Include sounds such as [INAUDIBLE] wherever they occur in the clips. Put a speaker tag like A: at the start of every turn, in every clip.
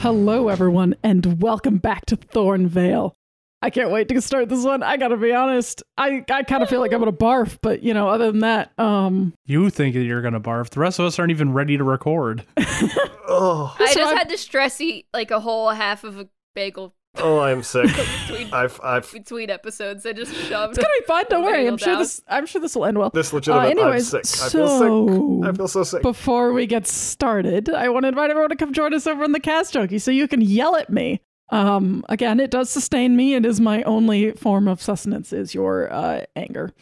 A: Hello, everyone, and welcome back to Thornvale. I can't wait to start this one. I gotta be honest. I, I kind of feel like I'm gonna barf, but you know, other than that, um,
B: You think that you're gonna barf. The rest of us aren't even ready to record. [LAUGHS]
C: Oh,
D: I
A: So
D: just
A: I'm-
D: had to stress eat like a whole half of a bagel
C: oh,
A: [LAUGHS]
C: I'm sick.
D: between,
C: I've, I've,
D: between episodes.
A: [GASPS]
D: I just
A: it's
D: shoved.
A: gonna be fun. Don't worry. I'm
D: Nailed
A: sure
D: down.
A: this. I'm sure this will end well.
C: this legitimate.
A: Uh, anyways,
C: I'm sick. I feel sick.
A: so-
C: I feel so sick.
A: Before we get started, I want to invite everyone to come join us over on the Cast Junkie so you can yell at me. Um, again, it does sustain me. It is my only form of sustenance is your uh, anger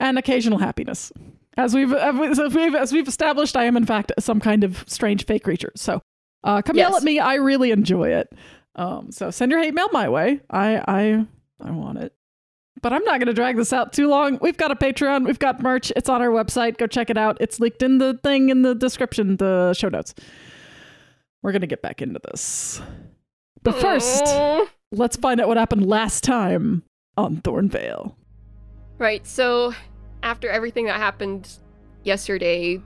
A: and occasional happiness. As we've, as we've as we've established, I am in fact some kind of strange fake creature. So uh, come yell
D: Yes.
A: at me. I really enjoy it. Um, so send your hate mail my way. I I I want it. But I'm not going to drag this out too long. We've got a Patreon. We've got merch. It's on our website. Go check it out. It's linked in the thing in the description, the show notes. We're going to get back into this. But first,
D: Mm.
A: let's find out what happened last time on Thornvale.
D: Right. So, after everything that happened yesterday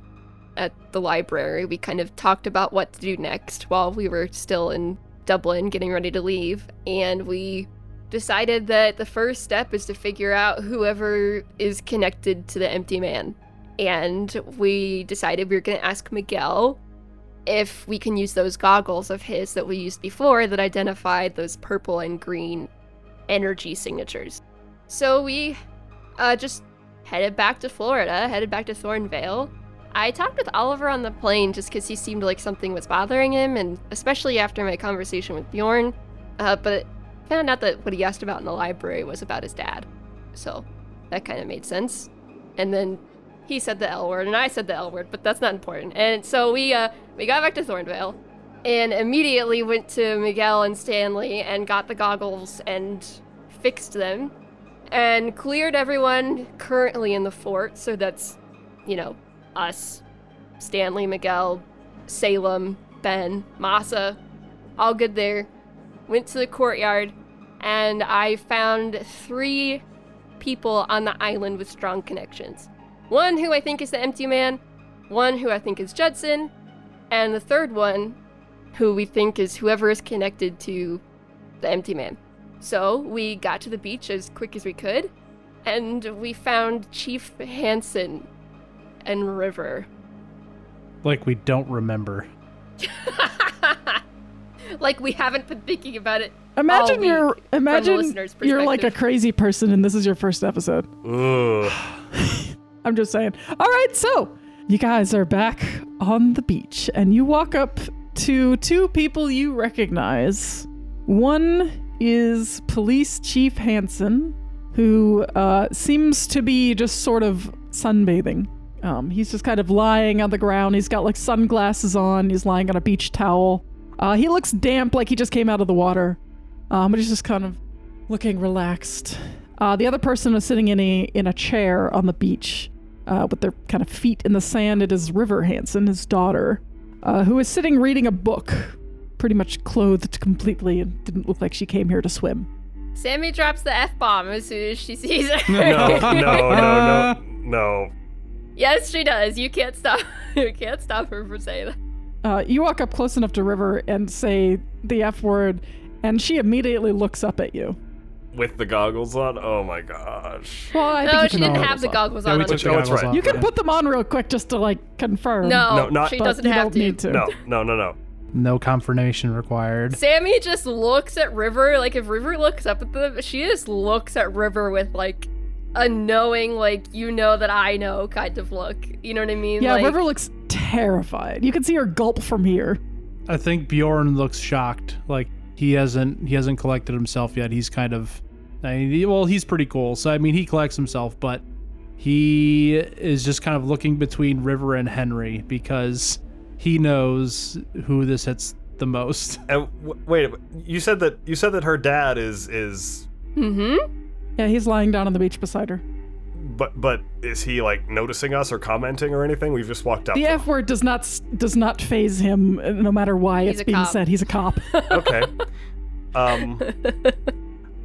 D: at the library, we kind of talked about what to do next while we were still in Dublin getting ready to leave. And we decided that the first step is to figure out whoever is connected to the empty man. And we decided we were going to ask Miguel if we can use those goggles of his that we used before that identified those purple and green energy signatures. So we uh, just headed back to Florida, headed back to Thornvale. I talked with Oliver on the plane just because he seemed like something was bothering him, and especially after my conversation with Bjorn. Uh, but found out that what he asked about in the library was about his dad. So that kind of made sense. And then he said the L word, and I said the L word, but that's not important. And so we uh, we got back to Thornvale, and immediately went to Miguel and Stanley and got the goggles and fixed them and cleared everyone currently in the fort. So that's, you know, us, Stanley, Miguel, Salem, Ben, Massa, all good there. Went to the courtyard, and I found three people on the island with strong connections. One who I think is the Empty Man, one who I think is Judson, and the third one who we think is whoever is connected to the Empty Man. So we got to the beach as quick as we could, and we found Chief Hansen and River. [LAUGHS]
B: Like we don't remember.
D: like we haven't been thinking about it.
A: Imagine
D: week,
A: you're
D: Oh, from the
A: imagine
D: listener's
A: you're like a
D: perspective.
A: crazy person and this is your first episode.
C: Ugh.
A: I'm just saying. All right, so you guys are back on the beach and you walk up to two people you recognize. One is Police Chief Hansen, who uh, seems to be just sort of sunbathing. Um, he's just kind of lying on the ground. He's got like sunglasses on. He's lying on a beach towel. Uh, he looks damp, like he just came out of the water, um, but he's just kind of looking relaxed. Uh, the other person is sitting in a in a chair on the beach, uh, with their kind of feet in the sand. It is River Hansen, his daughter, uh, who is sitting reading a book, pretty much clothed completely, and didn't look like she came here to swim.
D: Sammy drops the f bomb as soon as she sees her.
C: No, no, no, no,
A: [LAUGHS]
C: no.
D: [LAUGHS] yes, she does. You can't stop. [LAUGHS] You can't stop her from saying that.
A: Uh, you walk up close enough to River and say the F word, and she immediately looks up at you.
C: With the goggles on? Oh my gosh.
A: Well, I
D: no,
A: think
D: she
A: you can
D: didn't
A: all-
D: have the goggles
B: Yeah,
D: on.
B: we
D: on
B: took
D: the
C: the
B: the
C: goggles
B: goggles
C: off.
B: off.
A: You can
B: yeah.
A: put them on real quick just to like confirm.
D: no,
C: No, not-
D: she
A: but
D: doesn't
A: you
D: have
A: don't
D: to.
A: need to.
C: No, no, no, no.
B: no confirmation required.
D: Sammy just looks at River. Like if River looks up at them, she just looks at River with like a knowing, like you know that I know kind of look. You know what I mean?
A: Yeah,
D: like,
A: River looks terrified. You can see her gulp from here.
B: I think Bjorn looks shocked. Like he hasn't he hasn't collected himself yet. He's kind of I mean, he- well, he's pretty cool. So I mean, he collects himself, but he is just kind of looking between River and Henry because he knows who this hits the most.
C: And w- wait, you said that you said that her dad is is,
D: Mm-hmm.
A: Yeah, he's lying down on the beach beside her.
C: but but is he like noticing us or commenting or anything? We've just walked up.
A: The
C: to
A: F word does not does not phase him, uh, no matter why
D: He's
A: it's
D: a
A: being
D: cop.
A: said. He's a cop. [LAUGHS]
C: okay. Um,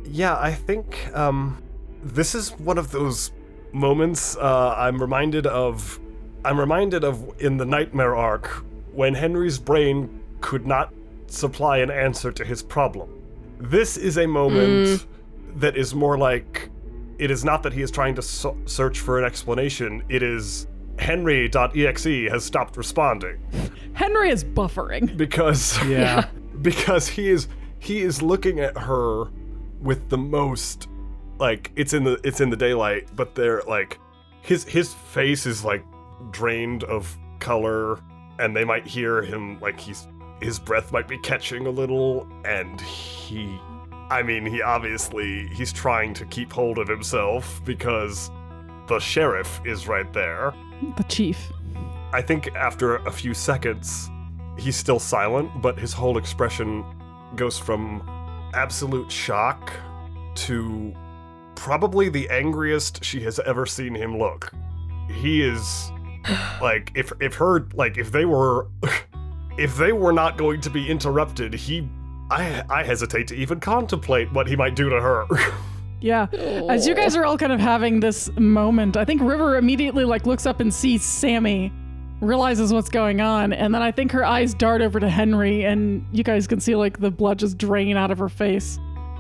C: yeah, I think um, this is one of those moments uh, I'm reminded of. I'm reminded of in the nightmare arc when Henry's brain could not supply an answer to his problem. This is a moment that is more like it is not that he is trying to so- search for an explanation, it is Henry.exe has stopped responding [LAUGHS]
A: Henry is buffering.
C: because
B: Yeah.
C: because he is he is looking at her with the most like it's in the it's in the daylight but they're like his his face is like drained of color and they might hear him like he's his breath might be catching a little and he i mean he obviously he's trying to keep hold of himself because the sheriff is right there
A: The chief.
C: I think after a few seconds, he's still silent, but his whole expression goes from absolute shock to probably the angriest she has ever seen him look. He is like if if her like if they were [LAUGHS] if they were not going to be interrupted, he I I hesitate to even contemplate what he might do to her. [LAUGHS]
A: Yeah. As you guys are all kind of having this moment, I think River immediately like looks up and sees Sammy, realizes what's going on, and then I think her eyes dart over to Henry and you guys can see like the blood just drain out of her face.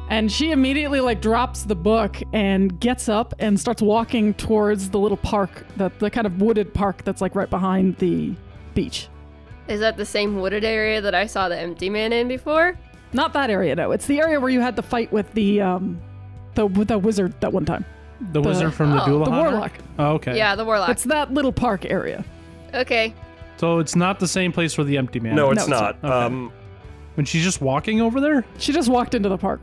A: And she immediately like drops the book and gets up and starts walking towards the little park that the kind of wooded park that's like right behind the beach.
D: Is that the same wooded area that I saw the empty man in before?
A: Not that area though. It's the area where you had the fight with the um the with the wizard that one time.
B: [LAUGHS] The, wizard from the
D: oh,
B: Duel
A: The warlock.
B: Oh, okay.
D: Yeah, the warlock.
A: It's that little park area.
D: Okay.
B: So it's not the same place where the empty man.
C: no,
A: it's
C: it's
A: not.
C: not.
B: Okay.
C: Um
B: When she's just walking over there?
A: She just walked into the park.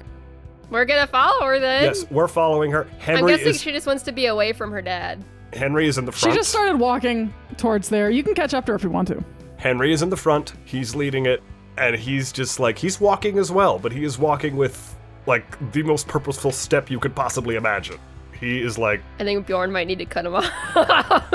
D: We're gonna follow her then.
C: yes, we're following her.
D: I'm
C: Henry
D: guessing
C: is
D: she just wants to be away from her dad.
C: Henry is in the front.
A: She just started walking towards there. You can catch up to her if you want to.
C: Henry is in the front. He's leading it, and he's just like he's walking as well, but he is walking with like the most purposeful step you could possibly imagine. He is like,
D: I think Bjorn might need to cut him [LAUGHS] off.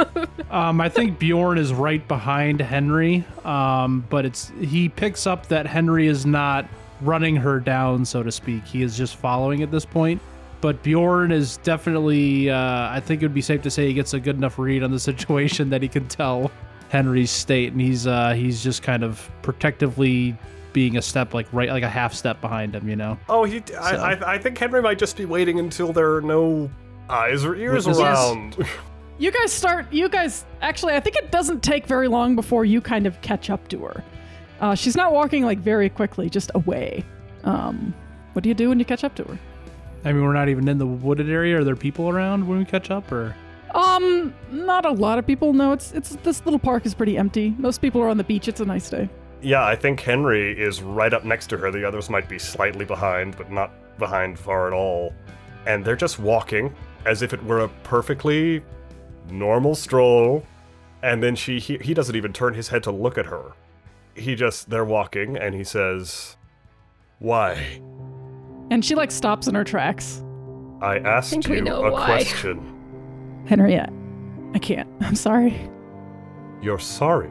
B: Um, I think Bjorn is right behind Henry, um, but it's he picks up that Henry is not running her down, so to speak. He is just following at this point. But Bjorn is definitely, uh, I think it would be safe to say he gets a good enough read on the [LAUGHS] situation that he can tell Henry's state, and he's uh, he's just kind of protectively being a step like right like a half step behind him, you know.
C: oh, he. I, I, I think Henry might just be waiting until there are no eyes or ears
B: Witnesses.
C: around. [LAUGHS]
A: You guys start. You guys actually, I think it doesn't take very long before you kind of catch up to her. Uh, she's not walking like very quickly, just away. Um, what do you do when you catch up to her?
B: I mean, we're not even in the wooded area. Are there people around when we catch up, or
A: Um, not a lot of people know. It's it's this little park is pretty empty. Most people are on the beach. It's a nice day.
C: yeah, I think Henry is right up next to her. The others might be slightly behind, but not behind far at all. And they're just walking as if it were a perfectly normal stroll. And then she he, he doesn't even turn his head to look at her. He just they're walking and he says, "Why?
A: And she like stops in her tracks.
C: I asked
D: think we
C: you
D: know
C: a
D: why."
C: question.
A: Henriette, I can't. [LAUGHS] I'm sorry.
C: You're sorry."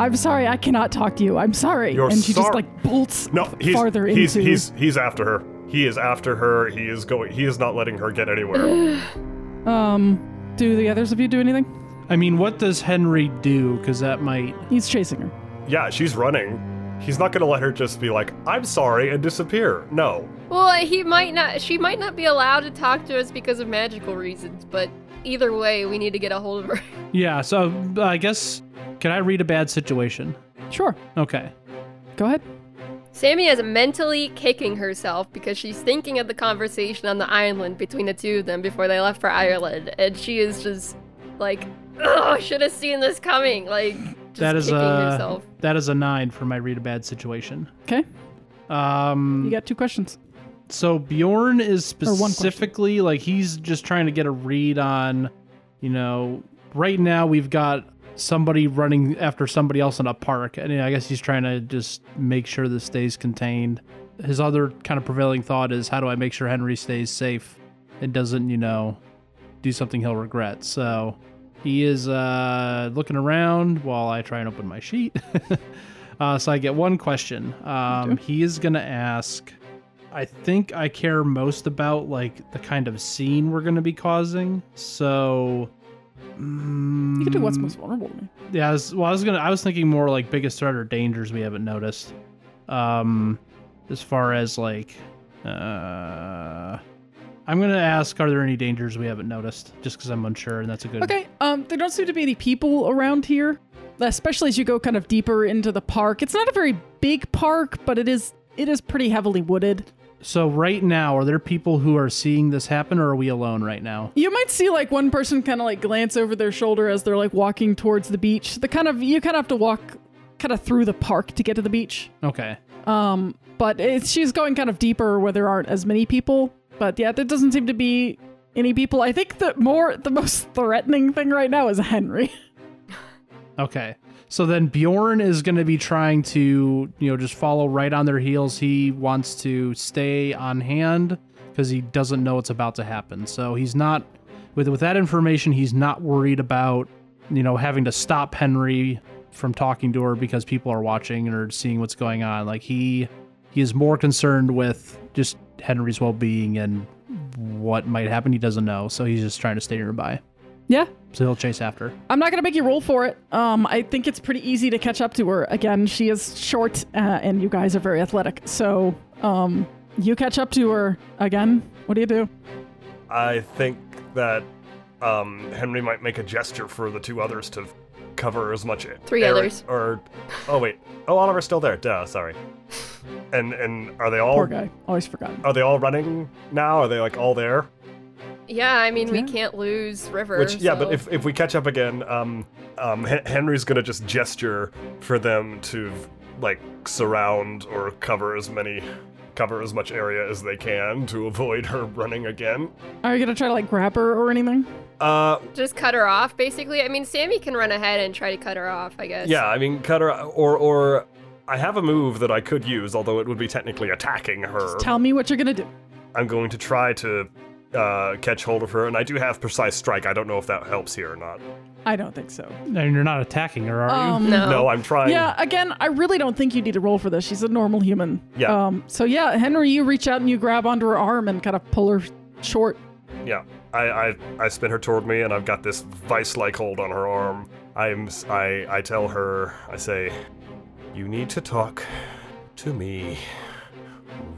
A: I'm sorry. I cannot talk to you. I'm sorry.
C: You're
A: and she just
C: sor-
A: like bolts
C: No, he's
A: farther
C: he's,
A: into
C: he's he's after her. He is after her. He is going he is not letting her get anywhere.
A: Um, do the others of you do anything?
B: I mean, what does Henry do? Because that might
A: He's chasing her.
C: Yeah, she's running. He's not gonna let her just be like, I'm sorry, and disappear. No.
D: well, he might not. She might not be allowed to talk to us because of magical reasons. But either way, we need to get a hold of her.
B: Yeah, so uh, I guess can I read a bad situation?
A: Sure.
B: Okay.
A: Go ahead.
D: Sammy is mentally kicking herself because she's thinking of the conversation on the island between the two of them before they left for Ireland, and she is just like, "Oh, should have seen this coming!" Like, just
B: that is uh,
D: kicking
B: a
D: herself.
B: that is a 9 for my read a bad situation.
A: Okay.
B: Um
A: You got two questions.
B: so Bjorn is
A: Or one question.
B: specifically like he's just trying to get a read on, you know, right now we've got somebody running after somebody else in a park and I guess he's trying to just make sure this stays contained. His other kind of prevailing thought is how do I make sure Henry stays safe and doesn't, you know, do something he'll regret. So he is uh, looking around while I try and open my sheet. [LAUGHS] uh, so I get one question. Um, he is going to ask. I think I care most about like the kind of scene we're going to be causing. So
A: You can do what's
B: mm,
A: most vulnerable to me.
B: yeah, I was, well, I was gonna. I was thinking more like biggest threat or dangers we haven't noticed. um as far as like uh i'm gonna ask are there any dangers we haven't noticed just because i'm unsure and that's a good
A: Okay. Um, there don't seem to be any people around here, especially as you go kind of deeper into the park. It's not a very big park, but it is it is pretty heavily wooded.
B: so right now are there people who are seeing this happen or are we alone right now
A: You might see like one person kind of like glance over their shoulder as they're like walking towards the beach. The kind of you kind of have to walk kind of through the park to get to the beach.
B: okay
A: Um, but it's, she's going kind of deeper where there aren't as many people. But yeah, there doesn't seem to be any people. I think the more the most threatening thing right now is Henry. [LAUGHS]
B: Okay. So then Bjorn is going to be trying to, you know, just follow right on their heels. He wants to stay on hand because he doesn't know what's about to happen. So he's not with with that information, he's not worried about, you know, having to stop Henry from talking to her because people are watching or seeing what's going on. Like he he is more concerned with just Henry's well-being and what might happen he doesn't know. So he's just trying to stay nearby.
A: Yeah,
B: So he'll chase after.
A: I'm not gonna make you roll for it. Um, I think it's pretty easy to catch up to her. Again, she is short, uh, and you guys are very athletic, so um, you catch up to her again. What do you do?
C: I think that um, Henry might make a gesture for the two others to cover as much
D: Three
C: area-
D: others.
C: Or oh wait, oh Oliver's still there. Duh, sorry. And and are they
B: Oh.
C: all
A: Poor guy, always forgotten.
C: are they all running now? Are they like all there?
D: Yeah, I mean, we
A: Yeah.
D: can't lose River.
C: Which yeah,
D: so-
C: but if if we catch up again, um, um, Hen- Henry's gonna just gesture for them to like surround or cover as many cover as much area as they can to avoid her running again.
A: Are you gonna try to like grab her or anything?
C: Uh,
D: just cut her off, basically. I mean, Sammy can run ahead and try to cut her off, I guess.
C: Yeah, I mean, cut her or or I have a move that I could use, although it would be technically attacking her.
A: Tell me what you're gonna do.
C: I'm going to try to uh, catch hold of her, and I do have precise strike. I don't know if that helps here or not.
A: I don't think so.
B: And you're not attacking her, are you?
A: Um,
D: No.
C: No, I'm trying.
A: Yeah, again, I really don't think you need to roll for this. She's a normal human.
C: Yeah.
A: Um, so yeah, Henry, you reach out and you grab onto her arm and kind of pull her short.
C: yeah. I, I I spin her toward me, and I've got this vice-like hold on her arm. I'm s- I I tell her I say, you need to talk to me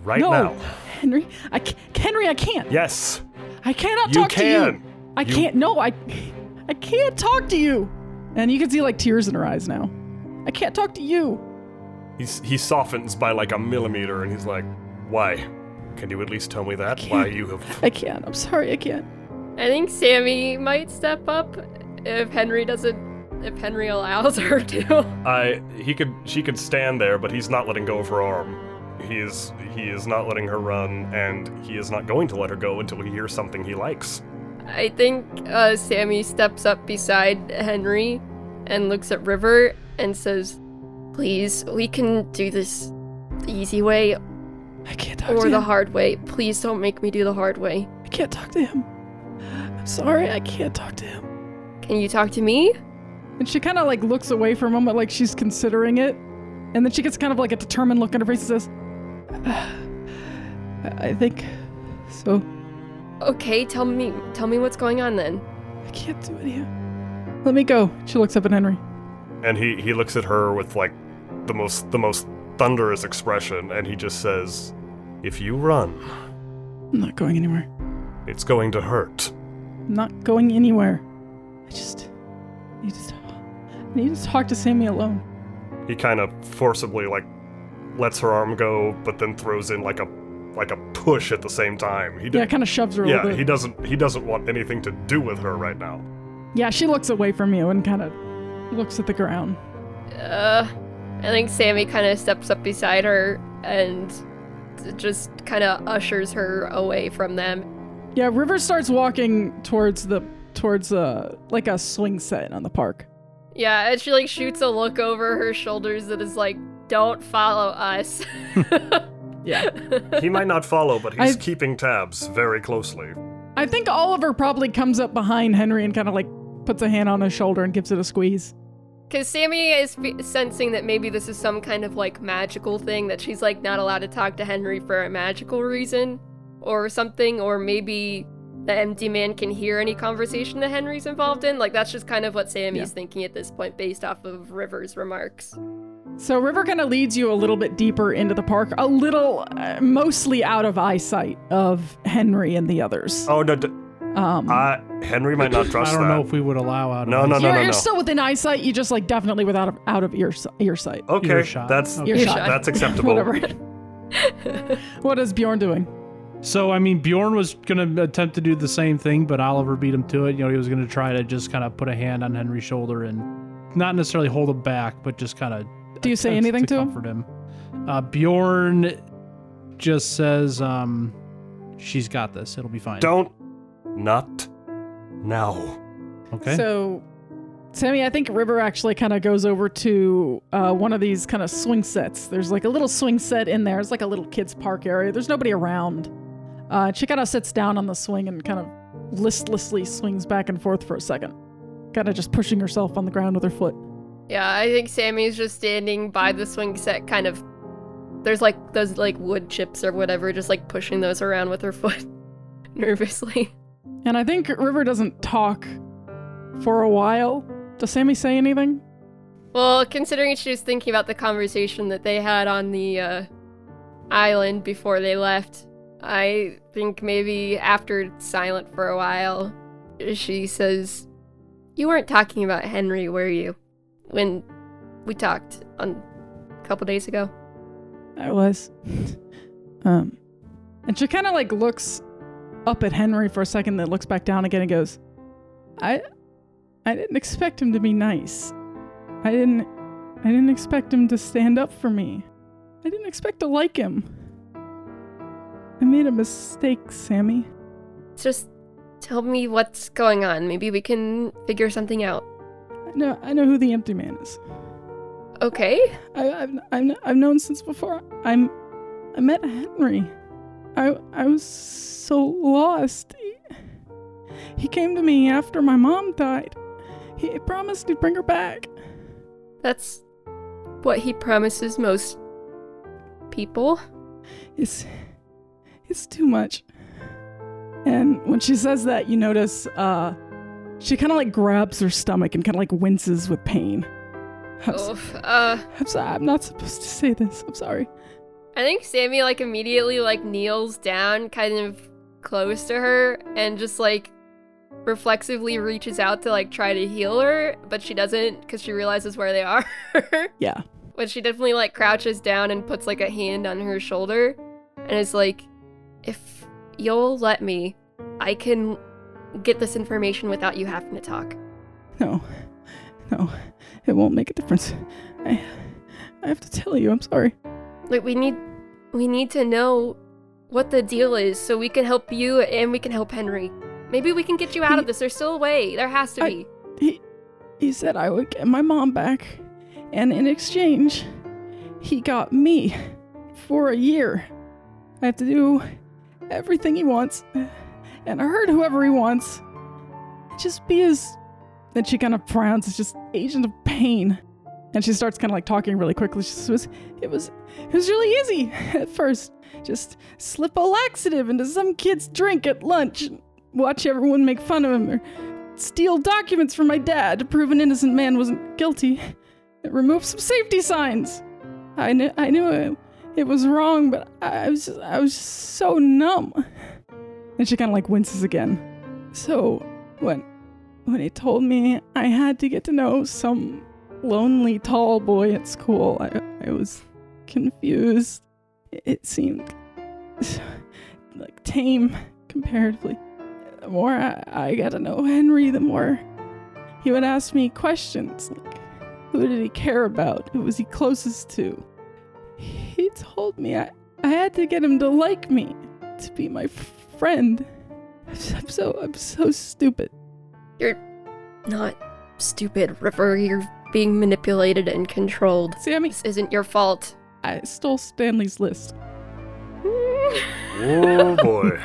C: right
A: no,
C: now.
A: Henry, I ca- Henry, I can't.
C: Yes,
A: I cannot
C: you
A: talk to you.
C: can.
A: I
C: You-
A: can't. No, I, I can't talk to you. And you can see like tears in her eyes now. I can't talk to you.
C: He's, he softens by like a millimeter and he's like, Why? Can you at least tell me that?
A: can't.
C: Why you have.
A: I can't. I'm sorry. I can't.
D: I think Sammy might step up if Henry doesn't, if Henry allows her [LAUGHS] to.
C: I. He could. She could stand there, but he's not letting go of her arm. He is. He is not letting her run, and he is not going to let her go until he hears something he likes.
D: I think uh, Sammy steps up beside Henry and looks at River and says, Please, we can do this the easy way
A: I can't talk
D: or
A: to
D: the
A: him.
D: hard way. Please don't make me do the hard way.
A: I can't talk to him. I'm sorry. I can't talk to him.
D: Can you talk to me?
A: And she kind of like looks away for a moment, like she's considering it, and then she gets kind of like a determined look on her face and says, "I I think so.
D: Okay, tell me tell me what's going on then.
A: I can't do it here. Let me go." She looks up at Henry.
C: And he. He looks at her with like, the most. The most thunderous expression, and he just says, "If you run,
A: I'm not going anywhere.
C: it's going to hurt."
A: I'm not going anywhere. I just need to talk. I need to talk to Sammy alone.
C: He kind of forcibly like lets her arm go, but then throws in like a like a push at the same time. He d-
A: Yeah, kind of shoves her a
C: yeah
A: little bit.
C: he doesn't he doesn't want anything to do with her right now.
A: yeah, she looks away from you and kind of looks at the ground.
D: Uh, I think Sammy kind of steps up beside her and just kind of ushers her away from them.
A: Yeah, River starts walking towards the towards uh like a swing set on the park.
D: Yeah, and she like shoots a look over her shoulders that is like, "Don't follow us." [LAUGHS]
A: Yeah.
C: He might not follow, but
B: [LAUGHS]
C: he's
A: I've-
C: keeping tabs very closely.
A: I think Oliver probably comes up behind Henry and kind of like puts a hand on his shoulder and gives it a squeeze.
D: Because Sammy is fe sensing that maybe this is some kind of like magical thing that she's like not allowed to talk to Henry for a magical reason or something, or maybe the empty man can hear any conversation that Henry's involved in. Like, that's just kind of what Sammy's
A: Yeah.
D: thinking at this point based off of River's remarks.
A: So River kind of leads you a little bit deeper into the park, a little, uh, mostly out of eyesight of Henry and the others.
C: Oh no, d-
A: Um,
C: uh, Henry might not trust
B: I don't
C: that.
B: know if we would allow out.
C: No,
B: of
C: no,
B: these-
A: you're,
C: no,
A: you're still within eyesight. You just like definitely without of- out of ear earsight.
C: okay,
B: Earshot.
C: that's
B: Okay.
A: Earshot.
B: [LAUGHS]
C: that's acceptable.
A: Whatever. [LAUGHS] what is Bjorn doing?
B: So I mean, Bjorn was gonna attempt to do the same thing, but Oliver beat him to it. You know, he was gonna try to just kind of put a hand on Henry's shoulder and not necessarily hold him back, but just kind of
A: Do you say
B: attempt
A: anything to him?
B: comfort him? Uh, Bjorn just says, um, "She's got this. It'll be fine."
C: Don't not now.
B: Okay.
A: So, Sammy, I think River actually kind of goes over to uh, one of these kind of swing sets. There's like a little swing set in there. It's like a little kids' park area. There's nobody around. Uh, she kind of sits down on the swing and kind of listlessly swings back and forth for a second, kind of just pushing herself on the ground with her foot.
D: Yeah, I think Sammy's just standing by the swing set, kind of. There's like those like wood chips or whatever, just like pushing those around with her foot [LAUGHS] nervously.
A: And I think River doesn't talk for a while. Does Sammy say anything?
D: Well, considering she was thinking about the conversation that they had on the uh, island before they left, I think maybe after it's silent for a while, she says, You weren't talking about Henry, were you? When we talked on a couple days ago.
A: I was. Um, and she kind of like looks up at Henry for a second, then looks back down again and goes, "I, I didn't expect him to be nice. I didn't, I didn't expect him to stand up for me. I didn't expect to like him. I made a mistake, Sammy.
D: Just tell me what's going on. Maybe we can figure something out.
A: I know, I know who the empty man is.
D: Okay.
A: I, I've, I've, I've known since before. I'm, I met Henry. I, I was so lost. He, he came to me after my mom died. He promised he'd bring her back.
D: That's what he promises most people.
A: It's, it's too much. And when she says that, you notice, uh, she kind of like grabs her stomach and kind of like winces with pain. I'm, so,
D: Oof. Uh,
A: I'm sorry. I'm not supposed to say this. I'm sorry.
D: I think Sammy like immediately like kneels down kind of close to her and just like reflexively reaches out to like try to heal her, but she doesn't cuz she realizes where they are. [LAUGHS]
A: Yeah.
D: but she definitely like crouches down and puts like a hand on her shoulder and is like if you'll let me, I can get this information without you having to talk.
A: No, no, it won't make a difference. I, I have to tell you, I'm sorry.
D: Like we need we need to know what the deal is so we can help you and we can help Henry. Maybe we can get you out of this. There's still a way. There has to
A: I-
D: be.
A: He said I would get my mom back, and in exchange, he got me for a year. I have to do everything he wants, and hurt whoever he wants. Just be his. Then she kind of frowns. It's just agent of pain, and she starts kind of like talking really quickly. She says, "It was, it was really easy at first. Just slip a laxative into some kid's drink at lunch, and watch everyone make fun of him, or steal documents from my dad to prove an innocent man wasn't guilty, and remove some safety signs. I knew, I knew it, it was wrong, but I I was just, I was just so numb. And she kind of like winces again. So when when he told me I had to get to know some lonely tall boy at school, I, I was confused. It- It seemed [SIGHS] like tame comparatively the more I, I got to know Henry, the more he would ask me questions like, who did he care about? Who was he closest to? He told me I, I had to get him to like me, to be my friend. [LAUGHS] I'm so I'm so stupid.
D: Not stupid, River. You're being manipulated and controlled.
A: Sammy,
D: This isn't your fault.
A: I stole Stanley's list.
C: Oh
B: [LAUGHS]
C: boy.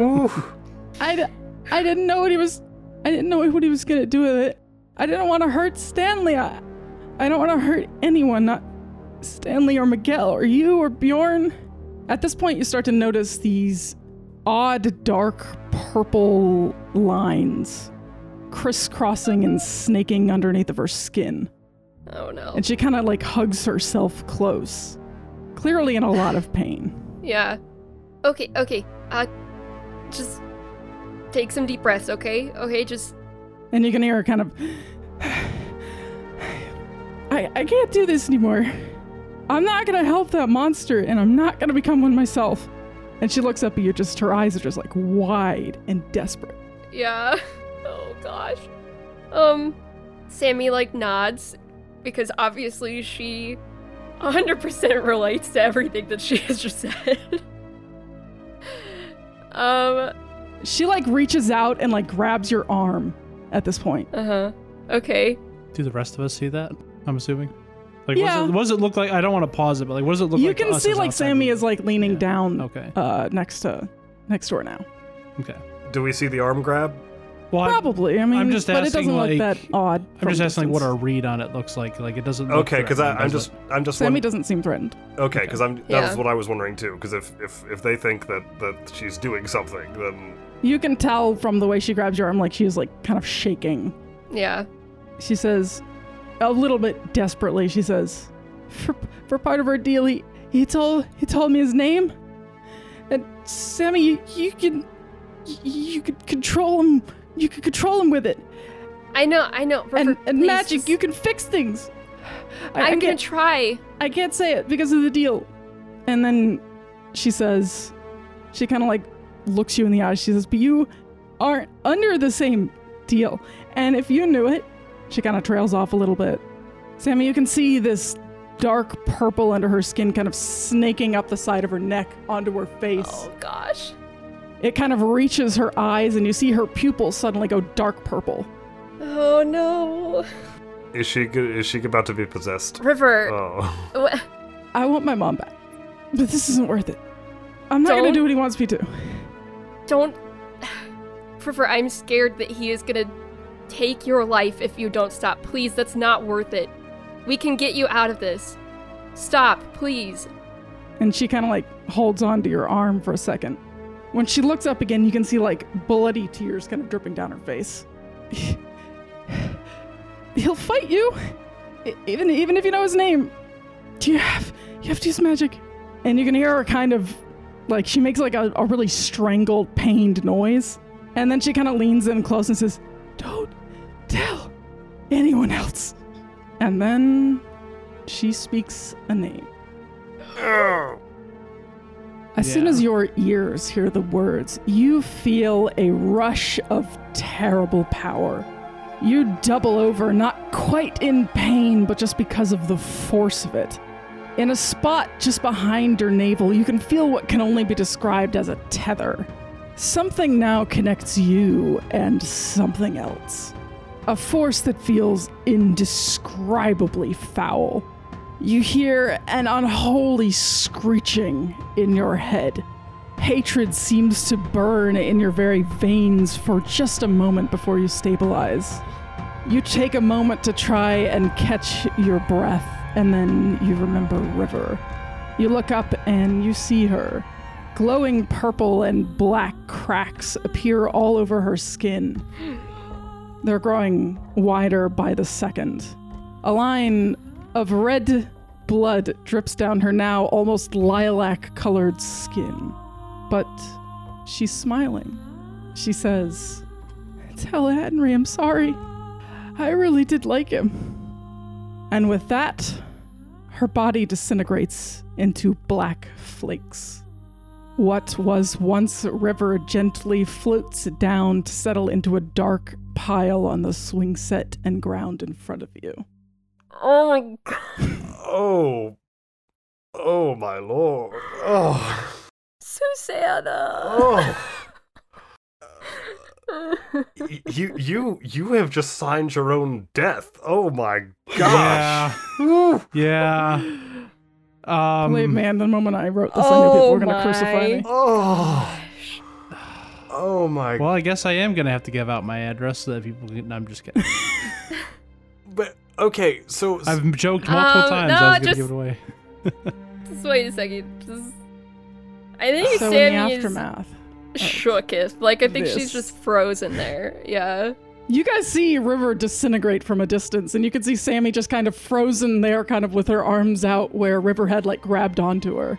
C: Ooh.
A: I, d- I didn't know what he was I didn't know what he was gonna do with it. I didn't want to hurt Stanley. I, I don't want to hurt anyone, not Stanley or Miguel or you or Bjorn. At this point, you start to notice these odd dark purple lines crisscrossing and snaking underneath of her skin.
D: [LAUGHS] Oh no.
A: And she kind of like hugs herself close, clearly in a lot of pain.
D: Yeah. Okay, okay. Uh just take some deep breaths, okay? Okay, just
A: And you can hear her kind of, I, I can't do this anymore. I'm not gonna help that monster, and I'm not gonna become one myself. And she looks up at you, just her eyes are just like wide and desperate.
D: yeah. [LAUGHS] Oh gosh. Um Sammy like nods because obviously she 100% relates to everything that she [LAUGHS] has just said. [LAUGHS] um
A: She like reaches out and like grabs your arm at this point.
D: uh-huh. Okay.
B: Do the rest of us see that? I'm assuming. Like,
A: Yeah.
B: what, does it, what does it look like? I don't want to pause it, but like, what does it look
A: you
B: like? to
A: can
B: us
A: see
B: as
A: like
B: outside
A: Sammy
B: people?
A: is like leaning
B: Yeah.
A: down
B: Okay.
A: uh next to next door now.
B: Okay.
C: Do we see the arm grab?
B: Well, I-
A: Probably. I mean,
B: just
A: but it
B: asking,
A: doesn't look
B: like-
A: that odd.
B: I'm
A: from
B: just asking like, what
A: distance.
B: our read on it looks like. Like, it doesn't. Look
C: Okay, because
B: threatening,
C: I'm
B: does
C: just
B: it?
C: I'm just
A: Sammy
C: wondering.
A: doesn't seem threatened.
C: Okay, because I'm that
D: Yeah.
C: was what I was wondering too. Because if if if they think that that she's doing something, then
A: You can tell from the way she grabs your arm, like she's like kind of shaking.
D: Yeah.
A: She says, a little bit desperately, she says, for, for part of our deal, he, he told he told me his name, and Sammy, you, you can you, you could control him. You could control him with it,
D: I know, I know. Rupert,
A: and, and
D: please,
A: magic.
D: just-
A: You can fix things. I, I
D: I'm gonna
A: can't
D: try.
A: I can't say it because of the deal. And then she says, she kind of like looks you in the eyes. She says, but you aren't under the same deal. And if you knew it, she kind of trails off a little bit. Sammy, you can see this dark purple under her skin kind of snaking up the side of her neck onto her face.
D: Oh gosh.
A: It kind of reaches her eyes, and you see her pupils suddenly go dark purple.
D: Oh no.
C: is she go- is she about to be possessed?
D: River.
C: Oh,
D: wha-
A: I want my mom back, but this isn't worth it. I'm not going
D: Don't-
A: to do what he wants me to.
D: Don't. River, I'm scared that he is gonna take your life if you don't stop. Please, that's not worth it. We can get you out of this. Stop, please.
A: and she kind of like holds onto your arm for a second. When she looks up again, you can see like bloody tears kind of dripping down her face. [SIGHS] He'll fight you, E- even even if you know his name. Do you have you have to use magic? And you can hear her kind of like she makes like a, a really strangled, pained noise, and then she kind of leans in close and says, "Don't tell anyone else." And then she speaks a name. As soon
B: Yeah.
A: as your ears hear the words, you feel a rush of terrible power. You double over, not quite in pain, but just because of the force of it. In a spot just behind your navel, you can feel what can only be described as a tether. Something now connects you and something else. A force that feels indescribably foul. You hear an unholy screeching in your head. Hatred seems to burn in your very veins for just a moment before you stabilize. You take a moment to try and catch your breath, and then you remember River. You look up and you see her. Glowing purple and black cracks appear all over her skin. They're growing wider by the second. A line of red blood drips down her now almost lilac colored skin. But she's smiling. She says, Tell Henry I'm sorry. I really did like him. And with that, her body disintegrates into black flakes. What was once a river gently floats down to settle into a dark pile on the swing set and ground in front of you.
D: Oh my god.
C: oh, oh my lord! Oh,
D: Susanna. [LAUGHS]
C: oh. Y- you you you have just signed your own death. Oh my gosh!
B: Yeah. yeah. Um,
A: Believe me, and the moment I wrote this, I knew people
D: Oh
A: were going to crucify
D: my.
A: me.
C: Oh, oh my!
B: Well, I guess I am gonna have to give out my address so that people can. no, I'm just
D: [LAUGHS]
B: kidding.
C: But okay, so
B: I've joked multiple
D: Um,
B: times.
D: no,
B: I was gonna
D: just-
B: give it away.
D: Just wait a second. Just. I think
A: So in the
D: Sammy is
A: aftermath,
D: shooketh. Like I think
A: This.
D: she's just frozen there. Yeah.
A: You guys see River disintegrate from a distance, and you can see Sammy just kind of frozen there, kind of with her arms out where River had like grabbed onto her.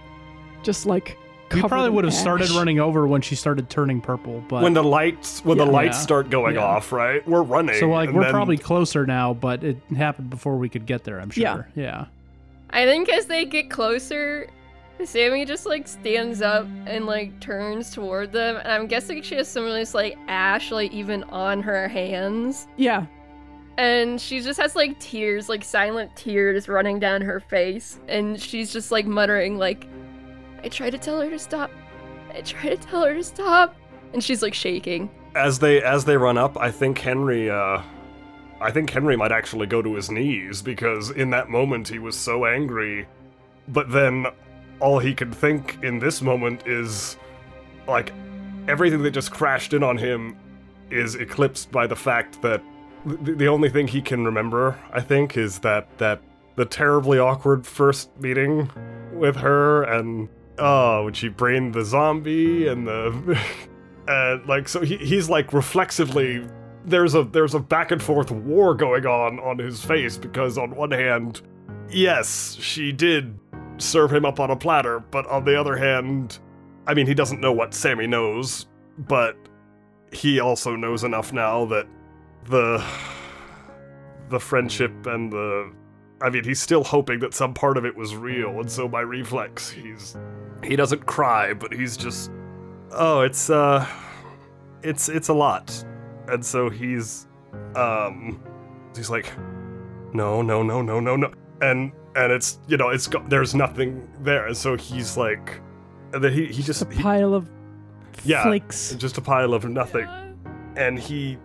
A: Just like
B: We
A: covered
B: probably
A: in
B: would have started
A: ash.
B: running over when she started turning purple, but
C: when the lights when the
A: Yeah.
C: lights
B: Yeah.
C: start going
B: Yeah.
C: off, right? We're running.
B: so like
C: and
B: we're
C: then-
B: probably closer now, but it happened before we could get there. I'm
A: Yeah.
B: sure. Yeah.
D: I think as they get closer, Sammy just like stands up and like turns toward them, and I'm guessing she has some of this like ash like even on her hands,
A: Yeah.
D: and she just has like tears, like silent tears running down her face, and she's just like muttering like, "I tried to tell her to stop, I tried to tell her to stop," and she's like shaking.
C: as they as they run up, I think Henry uh I think Henry might actually go to his knees because in that moment he was so angry. But then all he could think in this moment is like everything that just crashed in on him is eclipsed by the fact that th- the only thing he can remember, I think, is that that the terribly awkward first meeting with her and oh, when she brained the zombie and the uh, like so he, he's like reflexively there's a there's a back and forth war going on on his face because on one hand yes she did serve him up on a platter but on the other hand i mean he doesn't know what sammy knows but he also knows enough now that the the friendship and the i mean he's still hoping that some part of it was real and so by reflex he's he doesn't cry but he's just Oh, it's uh it's it's a lot. And so he's um he's like no, no, no, no, no, no. And and it's you know, it's go- there's nothing there. And so he's like and then he he
A: Just a
C: just he-
A: pile of
C: Yeah.
A: flakes.
C: just a pile of nothing. And he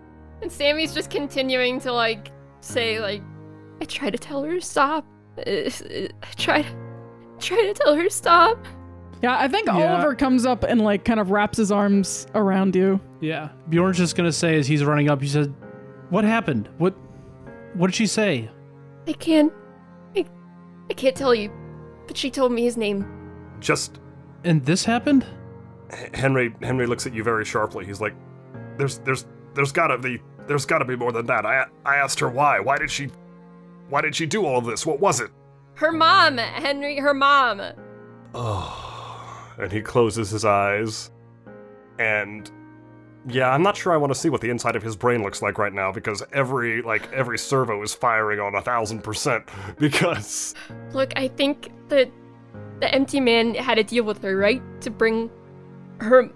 D: And Sammy's just continuing to like say like, I try to tell her to stop. [LAUGHS] I I try to try to tell her to stop.
A: Yeah, I think
B: Yeah.
A: Oliver comes up and like kind of wraps his arms around you.
B: Yeah. Bjorn's just gonna say as he's running up, he said, What happened? What what did she say?
D: I can't. I, I can't tell you. But she told me his name.
C: just
B: And this happened?
C: Henry Henry looks at you very sharply. He's like there's there's there's got to be there's got to be more than that. I I asked her why. Why did she why did she do all this? What was it?
D: Her mom, Henry. Her mom.
C: Oh. [SIGHS] And he closes his eyes. And yeah, I'm not sure I want to see what the inside of his brain looks like right now because every like every servo is firing on a thousand percent [LAUGHS] because
D: Look, I think that the empty man had a deal with her, right, to bring her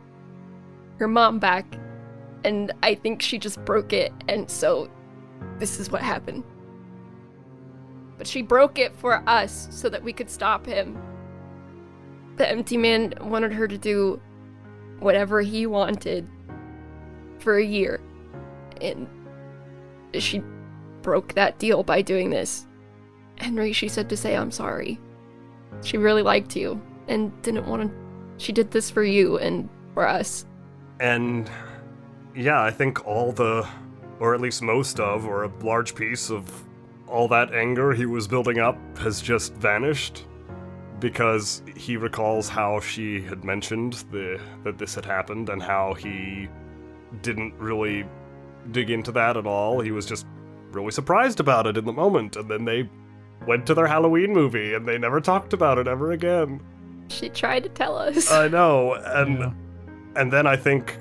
D: her mom back, and I think she just broke it, and so this is what happened. But she broke it for us so that we could stop him. The empty man wanted her to do whatever he wanted for a year, and she broke that deal by doing this. Henry, she said to say I'm sorry. She really liked you and didn't want to. She did this for you and for us.
C: and yeah, I think all the or at least most of or a large piece of all that anger he was building up has just vanished because he recalls how she had mentioned the that this had happened and how he didn't really dig into that at all. He was just really surprised about it in the moment and then they went to their Halloween movie and they never talked about it ever again.
D: She tried to tell us.
C: [LAUGHS]
D: [LAUGHS]
C: I know and
B: Yeah.
C: and then I think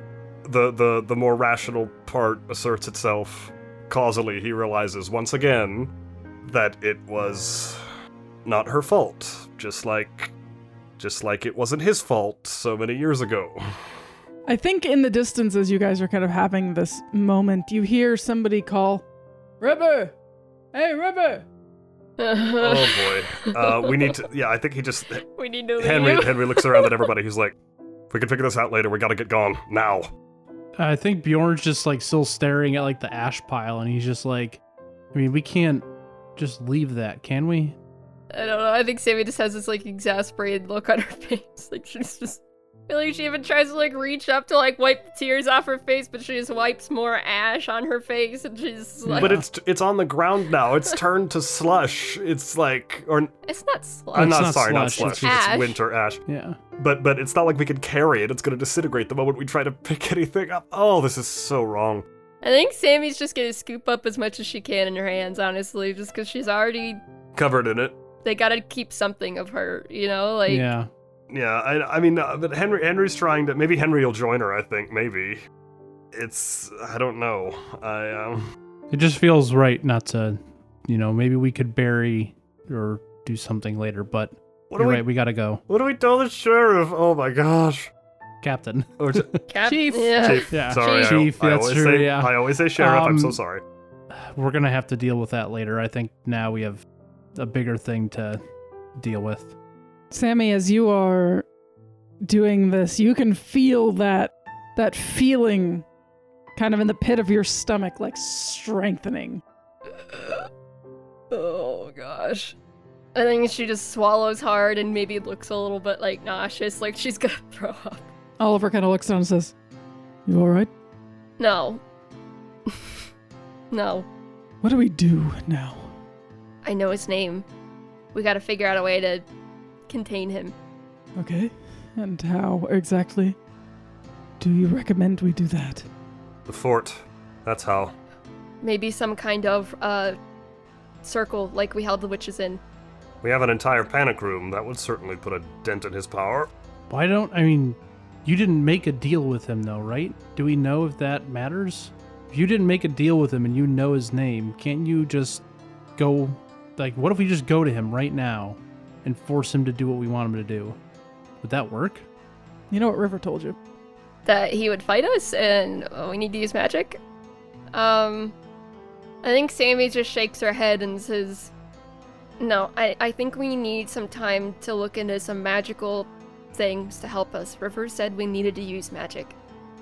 C: the, the the more rational part asserts itself. Causally, he realizes once again that it was not her fault, just like just like it wasn't his fault so many
B: [LAUGHS]
C: years ago.
A: I think in the distance, as you guys are kind of having this moment, you hear somebody call, River! Hey, River!
C: Oh boy. Uh, we need to yeah, I think
B: [LAUGHS]
C: he just
D: we need to leave.
C: Henry Henry looks around at everybody. He's like, "We can figure this out later. We got to get gone now."
B: I think Bjorn's just like still staring at like the ash pile and he's just like I mean, we can't just leave that, can we?
D: I don't know. I think Sammy just has this like exasperated look on her [LAUGHS] face. Like she's just. I feel like she even tries to like reach up to like wipe tears off her face, but she just wipes more ash on her face, and she's like,
C: Mm, But
B: Yeah.
C: it's it's on the ground now. It's turned to slush. It's like or
D: "It's not slush."
C: I'm
B: It's
C: Uh, not,
B: not
C: sorry, not
B: slush,
C: slush.
B: it's
D: just-
C: it's
D: Ash.
C: winter ash.
B: Yeah.
C: But but [LAUGHS] it's not like we can carry it. It's going to disintegrate the moment we try to pick anything up. Oh, this is so wrong.
D: I think Sammy's just gonna scoop up as much as she can in her hands, honestly, just because she's already.
C: covered in it.
D: They gotta keep something of her, you know? Like,
B: yeah.
C: Yeah, I, I mean, uh, but Henry Henry's trying to. Maybe Henry will join her. I think maybe. It's I don't know. I um,
B: It just feels right not to, you know, maybe we could bury or do something later, but
C: what do
B: you're
C: we
B: right, we gotta go.
C: what do we tell the sheriff? Oh my gosh. [LAUGHS]
B: Captain.
C: Or t-
D: Cap-
A: Chief.
D: Yeah.
C: chief.
B: Yeah.
C: Sorry, I-
B: Chief,
C: I,
B: that's
C: always
B: true,
C: say
B: yeah.
C: I always say sheriff. I'm so
B: Um,
C: sorry.
B: We're gonna have to deal with that later. I think now we have a bigger thing to deal with.
A: Sammy, as you are doing this, you can feel that that feeling kind of in the pit of your stomach like strengthening.
D: Oh gosh. I think she just swallows hard and maybe looks a little bit like nauseous, like she's [LAUGHS] gonna throw up.
A: Oliver kind of looks down and says, "You all right?
D: No. [LAUGHS] no.
A: What do we do now?"
D: I know his name. We gotta figure out a way to contain him.
A: Okay. And how exactly do you recommend we do that?
C: The fort. That's how.
D: Maybe some kind of uh circle like we held the witches in.
C: We have an entire panic room. That would certainly put a dent in his power.
B: Why don't I mean you didn't make a deal with him though, right? Do we know if that matters? If you didn't make a deal with him and you know his name, can't you just go like what if we just go to him right now and force him to do what we want him to do? Would that work?
A: You know what River told you.
D: That he would fight us and oh, we need to use magic. Um I think Sammy just shakes her head and says No, I, I think we need some time to look into some magical things to help us. River said we needed to use magic.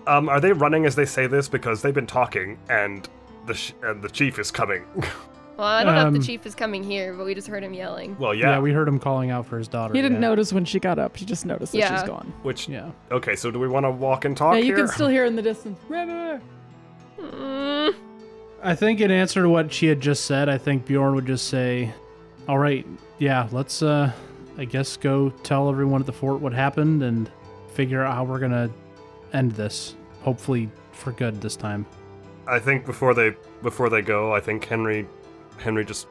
C: Um, are they running as they say this because they've been talking and the sh- and the chief is coming? [LAUGHS]
D: Well, I don't know if
B: Um,
D: the chief is coming here, but we just heard him yelling.
C: well, yeah.
B: we heard him calling out for his daughter.
A: You didn't
B: yeah.
A: notice when she got up. You just noticed that
D: Yeah.
A: she's gone.
C: which
B: Yeah.
C: okay. So do we want to walk and talk
A: yeah, you
C: here?
A: can still hear in the distance, River.
D: Mm,
B: I think in answer to what she had just said, I think Bjorn would just say, "All right, yeah, let's uh I guess go tell everyone at the fort what happened and figure out how we're going to end this. Hopefully for good this time."
C: I think before they before they go, I think Henry Henry just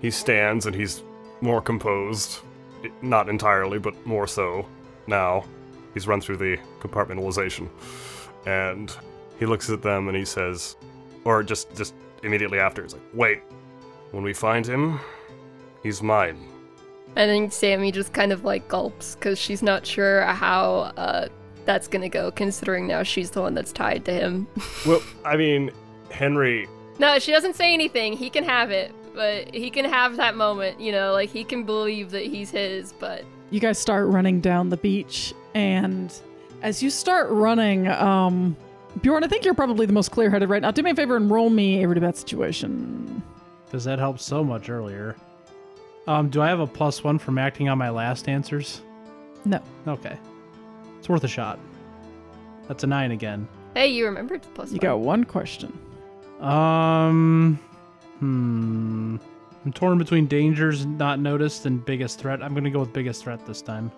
C: he stands and he's more composed, I- not entirely, but more so now. He's run through the compartmentalization, and he looks at them and he says, or just just immediately after, he's like, "Wait, when we find him, he's mine."
D: I think Sammy just kind of like gulps because she's not sure how uh, that's gonna go, considering now she's the one that's tied to him.
C: Well, I mean, Henry.
D: no, she doesn't say anything. He can have it, but he can have that moment, you know, like he can believe that he's his, but
A: you guys start running down the beach and as you start running um bjorn i think you're probably the most clear-headed right now do me a favor and roll me a really bad situation
B: Cuz that helped so much earlier. Um do I have a plus 1 from acting on my last answers?
A: no
B: Okay. It's worth a shot. That's a 9 again.
D: hey, you remembered the plus
A: you
D: one.
A: got one question
B: Um, hmm. I'm torn between dangers not noticed and biggest threat. I'm gonna go with biggest threat this time.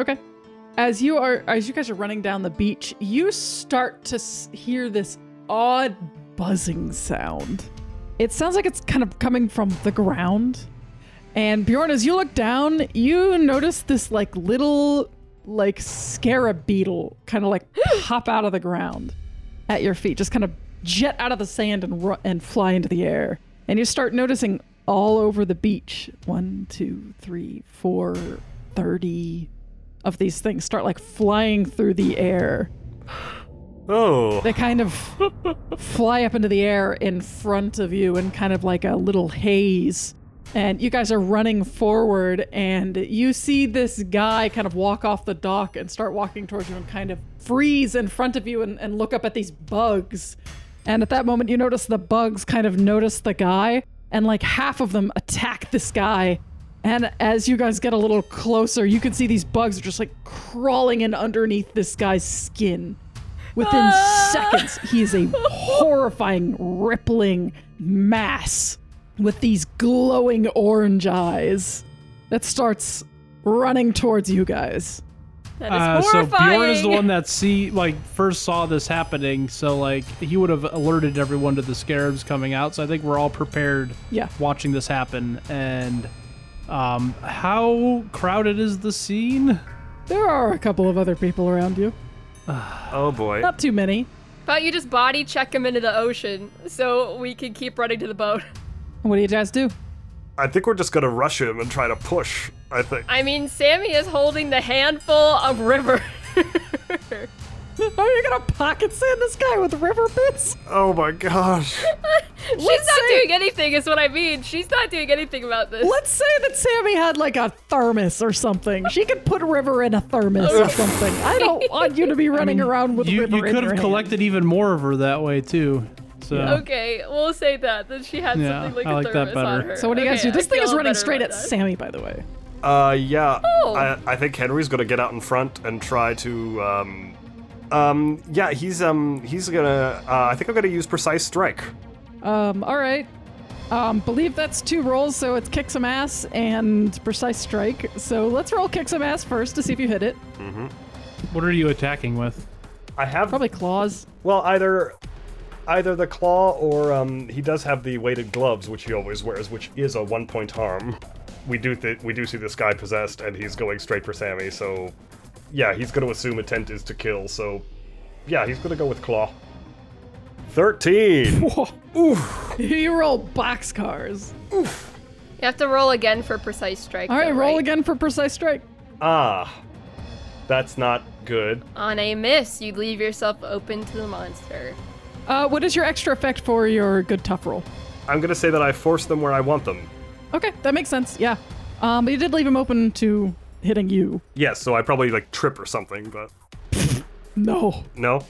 A: okay as you are as you guys are running down the beach you start to s- hear this odd buzzing sound it sounds like it's kind of coming from the ground And Bjorn, as you look down, you notice this like little like scarab beetle kind of like pop out of the ground at your feet, just kind of jet out of the sand and ru- and fly into the air. And you start noticing all over the beach one, two, three, four, thirty of these things start like flying through the air.
C: Oh,
A: They kind of fly up into the air in front of you in kind of like a little haze. And you guys are running forward, and you see this guy kind of walk off the dock and start walking towards you and kind of freeze in front of you and, and look up at these bugs. And at that moment, you notice the bugs kind of notice the guy, and like half of them attack this guy. And as you guys get a little closer, you can see these bugs are just like crawling in underneath this guy's skin. Within
B: Ah.
A: seconds, he
B: [LAUGHS]
A: is a horrifying, rippling mass with these glowing orange eyes that starts running towards you guys.
D: That is
B: Uh, so
D: horrifying.
B: Bjorn is the one that see like first saw this happening, so like he would have alerted everyone to the scarabs coming out. So I think we're all prepared
A: Yeah.
B: watching this happen. And um, how crowded is the scene?
A: There are a couple of other people around you.
C: Oh boy.
A: Not too many.
D: [LAUGHS] How about you just body check him into the ocean so we can keep running to the boat? [LAUGHS]
A: What do you guys do? [LAUGHS]
C: I think we're just gonna rush him and try to push. I think.
D: I mean, Sammy is holding the handful of river. [LAUGHS]
A: Are Oh, you gonna pocket sand this guy with river bits?
C: Oh my gosh.
D: She's not doing anything, is what I mean. She's not doing anything about this.
A: Let's say that Sammy had like a thermos or something. She could put river in a thermos
B: [LAUGHS]
A: or something. I don't want you to be running around with
B: You
A: river in
B: you could
A: your
B: have
A: hand.
B: collected even more of her that way too. So
D: Okay, we'll say that that she had
B: Yeah,
D: something like
B: I
D: a
B: like that
D: thermos on
B: better.
D: her.
A: So what do you guys
D: Okay,
A: do? This
D: I
A: thing
D: feel
A: is running
D: better
A: straight at
D: about that.
A: Sammy, by the way.
C: Uh, yeah.
D: Oh.
C: I, I think Henry's gonna get out in front and try to. Um, um, yeah, he's um, he's gonna. Uh, I think I'm gonna use precise strike.
A: Um, all right. Um, believe that's two rolls, so it's kick some ass and precise strike. So let's roll kick some ass first to see if you hit it.
B: what are you attacking with?
C: I have
A: Probably claws. [LAUGHS]
C: well either, either the claw or um, he does have the weighted gloves which he always wears, which is a one point harm. We do th- we do see this guy possessed and he's going straight for Sammy. So, yeah, he's gonna assume intent is to kill. So, yeah, he's gonna go with claw.
A: [LAUGHS]
C: Thirteen.
A: you roll box cars.
D: You have to roll again for precise strike.
A: All right,
D: though,
A: roll again for precise strike.
C: ah, that's not good.
D: On a miss, you leave yourself open to the monster.
A: Uh, what is your extra effect for your good tough roll?
C: I'm gonna say that I force them where I want them.
A: Okay, that makes sense. Yeah. Um, but you did leave him open to hitting you.
C: Yes, so I probably like trip or something, but
A: No,
C: no.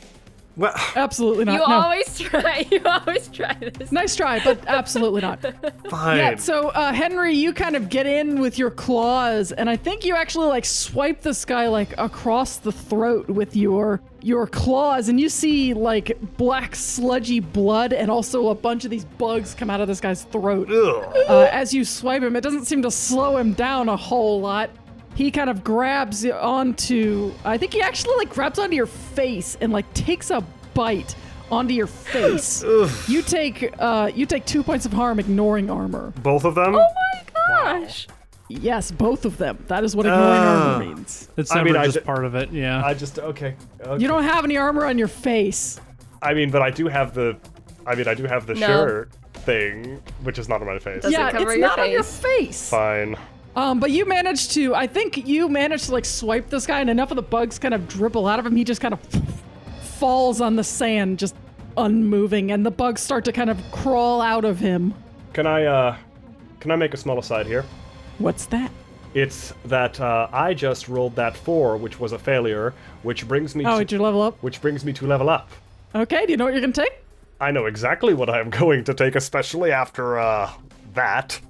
C: Well,
A: absolutely not.
D: You
A: Oh, no.
D: always [LAUGHS] try. You always try this.
A: Nice try, but absolutely
D: [LAUGHS]
A: not.
C: fine.
A: Yeah, so uh, Henry, you kind of get in with your claws, and I think you actually like swipe this guy like across the throat with your your claws, and you see like black sludgy blood and also a bunch of these bugs come out of this guy's throat.
C: Ugh.
A: Uh, as you swipe him, it doesn't seem to slow him down a whole lot. He kind of grabs onto, I think he actually like grabs onto your face and like takes a bite onto your face. you take uh, you take two points of harm ignoring armor.
C: Both of
A: Oh
C: them?
D: Oh Gosh.
A: Yes, both of them. That is what ignoring armor means.
B: It's
C: I
B: never
C: mean, I
B: just
C: ju-
B: part of it. Yeah.
C: I just okay. okay.
A: You don't have any armor on your face.
C: I mean, but I do have the I mean, I do have the
D: No.
C: shirt thing, which is not on my face.
D: Does it
A: yeah,
D: cover
A: it's
D: your
A: not on your
D: face?
A: face.
C: Fine.
A: Um, but you managed to, I think you managed to like swipe this guy, and enough of the bugs kind of dribble out of him. He just kind of falls on the sand, just unmoving, and the bugs start to kind of crawl out of him.
C: Can I uh can I make a small aside here?
A: What's that?
C: It's that uh, I just rolled that 4, which was a failure, which brings me
A: Oh,
C: to,
A: did you level up?
C: which brings me to level up.
A: Okay, do you know what you're gonna take?
C: I know exactly what I'm [LAUGHS] going to take especially after uh that.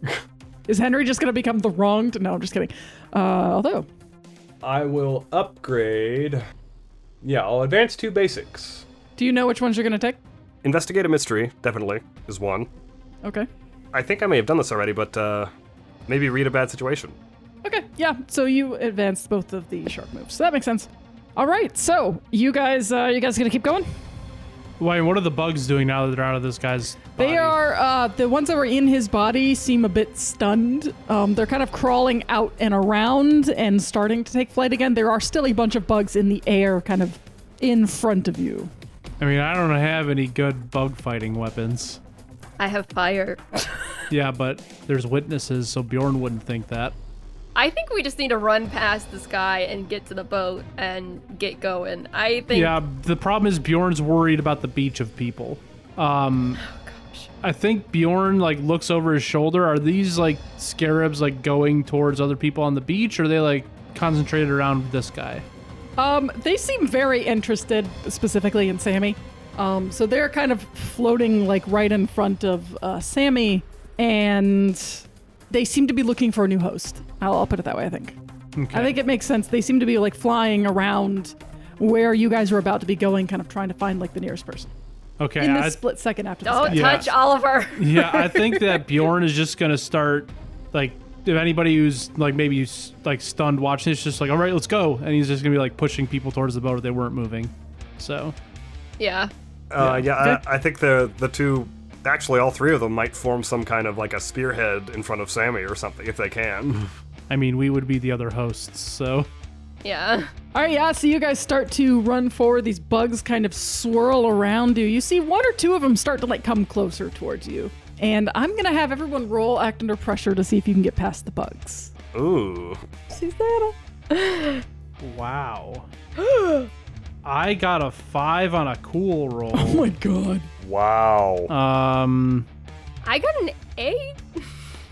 A: Is Henry just gonna become the wronged? No, I'm just kidding. Uh, although,
C: [LAUGHS] I will upgrade. Yeah, I'll advance two basics.
A: do you know which ones you're gonna take?
C: Investigate a mystery, definitely, is one.
A: Okay.
C: I think I may have done this already, but uh, maybe read a bad situation.
A: Okay, yeah. So you advanced both of the shark moves. So that makes sense. All right. So you guys, uh, you guys gonna keep going?
B: Why? What are the bugs doing now that they're out of this guy's?
A: They
B: body?
A: are uh, the ones that were in his body seem a bit stunned. Um, they're kind of crawling out and around and starting to take flight again. There are still a bunch of bugs in the air, kind of in front of you.
B: I mean, I don't have any good bug fighting weapons.
D: I have fire. [LAUGHS]
B: Yeah, but there's witnesses, so Bjorn wouldn't think that.
D: I think we just need to run past this guy and get to the boat and get going. I think.
B: Yeah, the problem is Bjorn's worried about the beach of people.
A: [SIGHS]
B: Um,
A: Oh,
B: I think Bjorn like looks over his shoulder. Are these like scarabs like going towards other people on the beach, or are they like concentrated around this guy?
A: Um, they seem very interested, specifically in Sammy. Um, so they're kind of floating like right in front of uh, Sammy, and they seem to be looking for a new host. I'll, I'll put it that way. I think. I think it makes sense. They seem to be like flying around where you guys were about to be going, kind of trying to find like the nearest person
B: Okay,
A: in the
B: I-
A: split
D: Oh,
A: second after this.
D: Don't
A: guy.
B: Yeah.
D: touch Oliver.
B: yeah, I think that Bjorn is just gonna start like if anybody who's like maybe s- like stunned watching it's just like all right let's go and he's just gonna be like pushing people towards the boat if they weren't moving so
D: [LAUGHS] Yeah.
C: Uh, yeah, I, I think the the two, actually all three of them might form some kind of like a spearhead in front of Sammy or something if they can.
B: i mean we would be the other hosts so
D: Yeah.
A: All right, yeah, so you guys start to run forward. These bugs kind of swirl around you. You see one or two of them start to like come closer towards you. And I'm going to have everyone roll act under pressure to see if you can get past the bugs.
C: Ooh,
A: She's that.
B: wow [GASPS] i got a five on a cool
A: Oh [LAUGHS]
B: roll
A: my god.
C: wow.
B: um
D: I got an eight.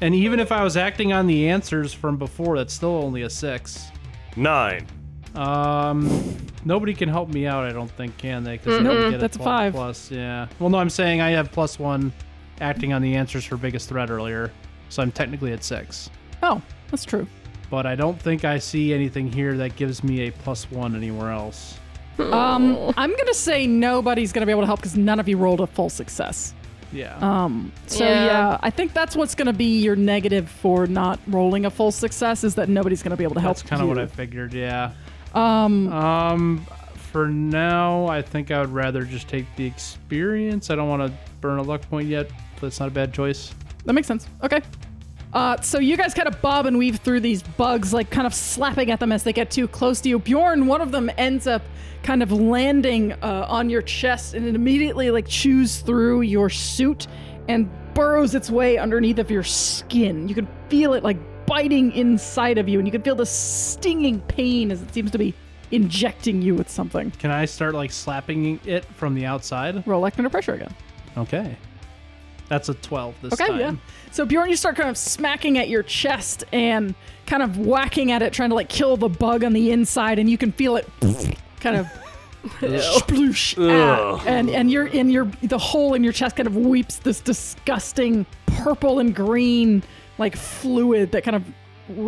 B: and even if i was acting on the answers from before that's still only a six
C: Nine.
B: Um, nobody can help me out. I don't think can they? Because
A: Nope, that's a five.
B: Plus, yeah. Well, no, I'm saying I have plus one, acting on the answers for biggest threat earlier, so I'm technically at six.
A: Oh, that's true.
B: But I don't think I see anything here that gives me a plus one anywhere else.
A: Um, I'm going to say nobody's going to be able to help because none of you rolled a full success.
B: Yeah.
A: Um, so yeah.
D: Yeah.
A: I think that's what's going to be your negative for not rolling a full success is that nobody's going to be able to help.
B: that's kind of what I
A: you.
B: figured. Yeah.
A: Um,
B: Um, for now, I think I would rather just take the experience. I don't want to burn a luck point yet. But that's not a bad choice.
A: That makes sense. Okay. Uh, so you guys kind of bob and weave through these bugs, like kind of slapping at them as they get too close to you. Bjorn, one of them ends up kind of landing uh, on your chest, and it immediately like chews through your suit and burrows its way underneath of your skin. You can feel it like biting inside of you, and you can feel the stinging pain as it seems to be injecting you with something.
B: Can I start like slapping it from the outside?
A: Roll act under pressure again.
B: Okay. That's a 12 this
A: Okay,
B: time.
A: yeah. So Bjorn, you start kind of smacking at your chest and kind of whacking at it, trying to like kill the bug on the inside, and you can feel it kind
B: [LAUGHS]
A: of sploosh out,
C: Ugh.
A: and and your in your the hole in your chest kind of weeps this disgusting purple and green like fluid that kind of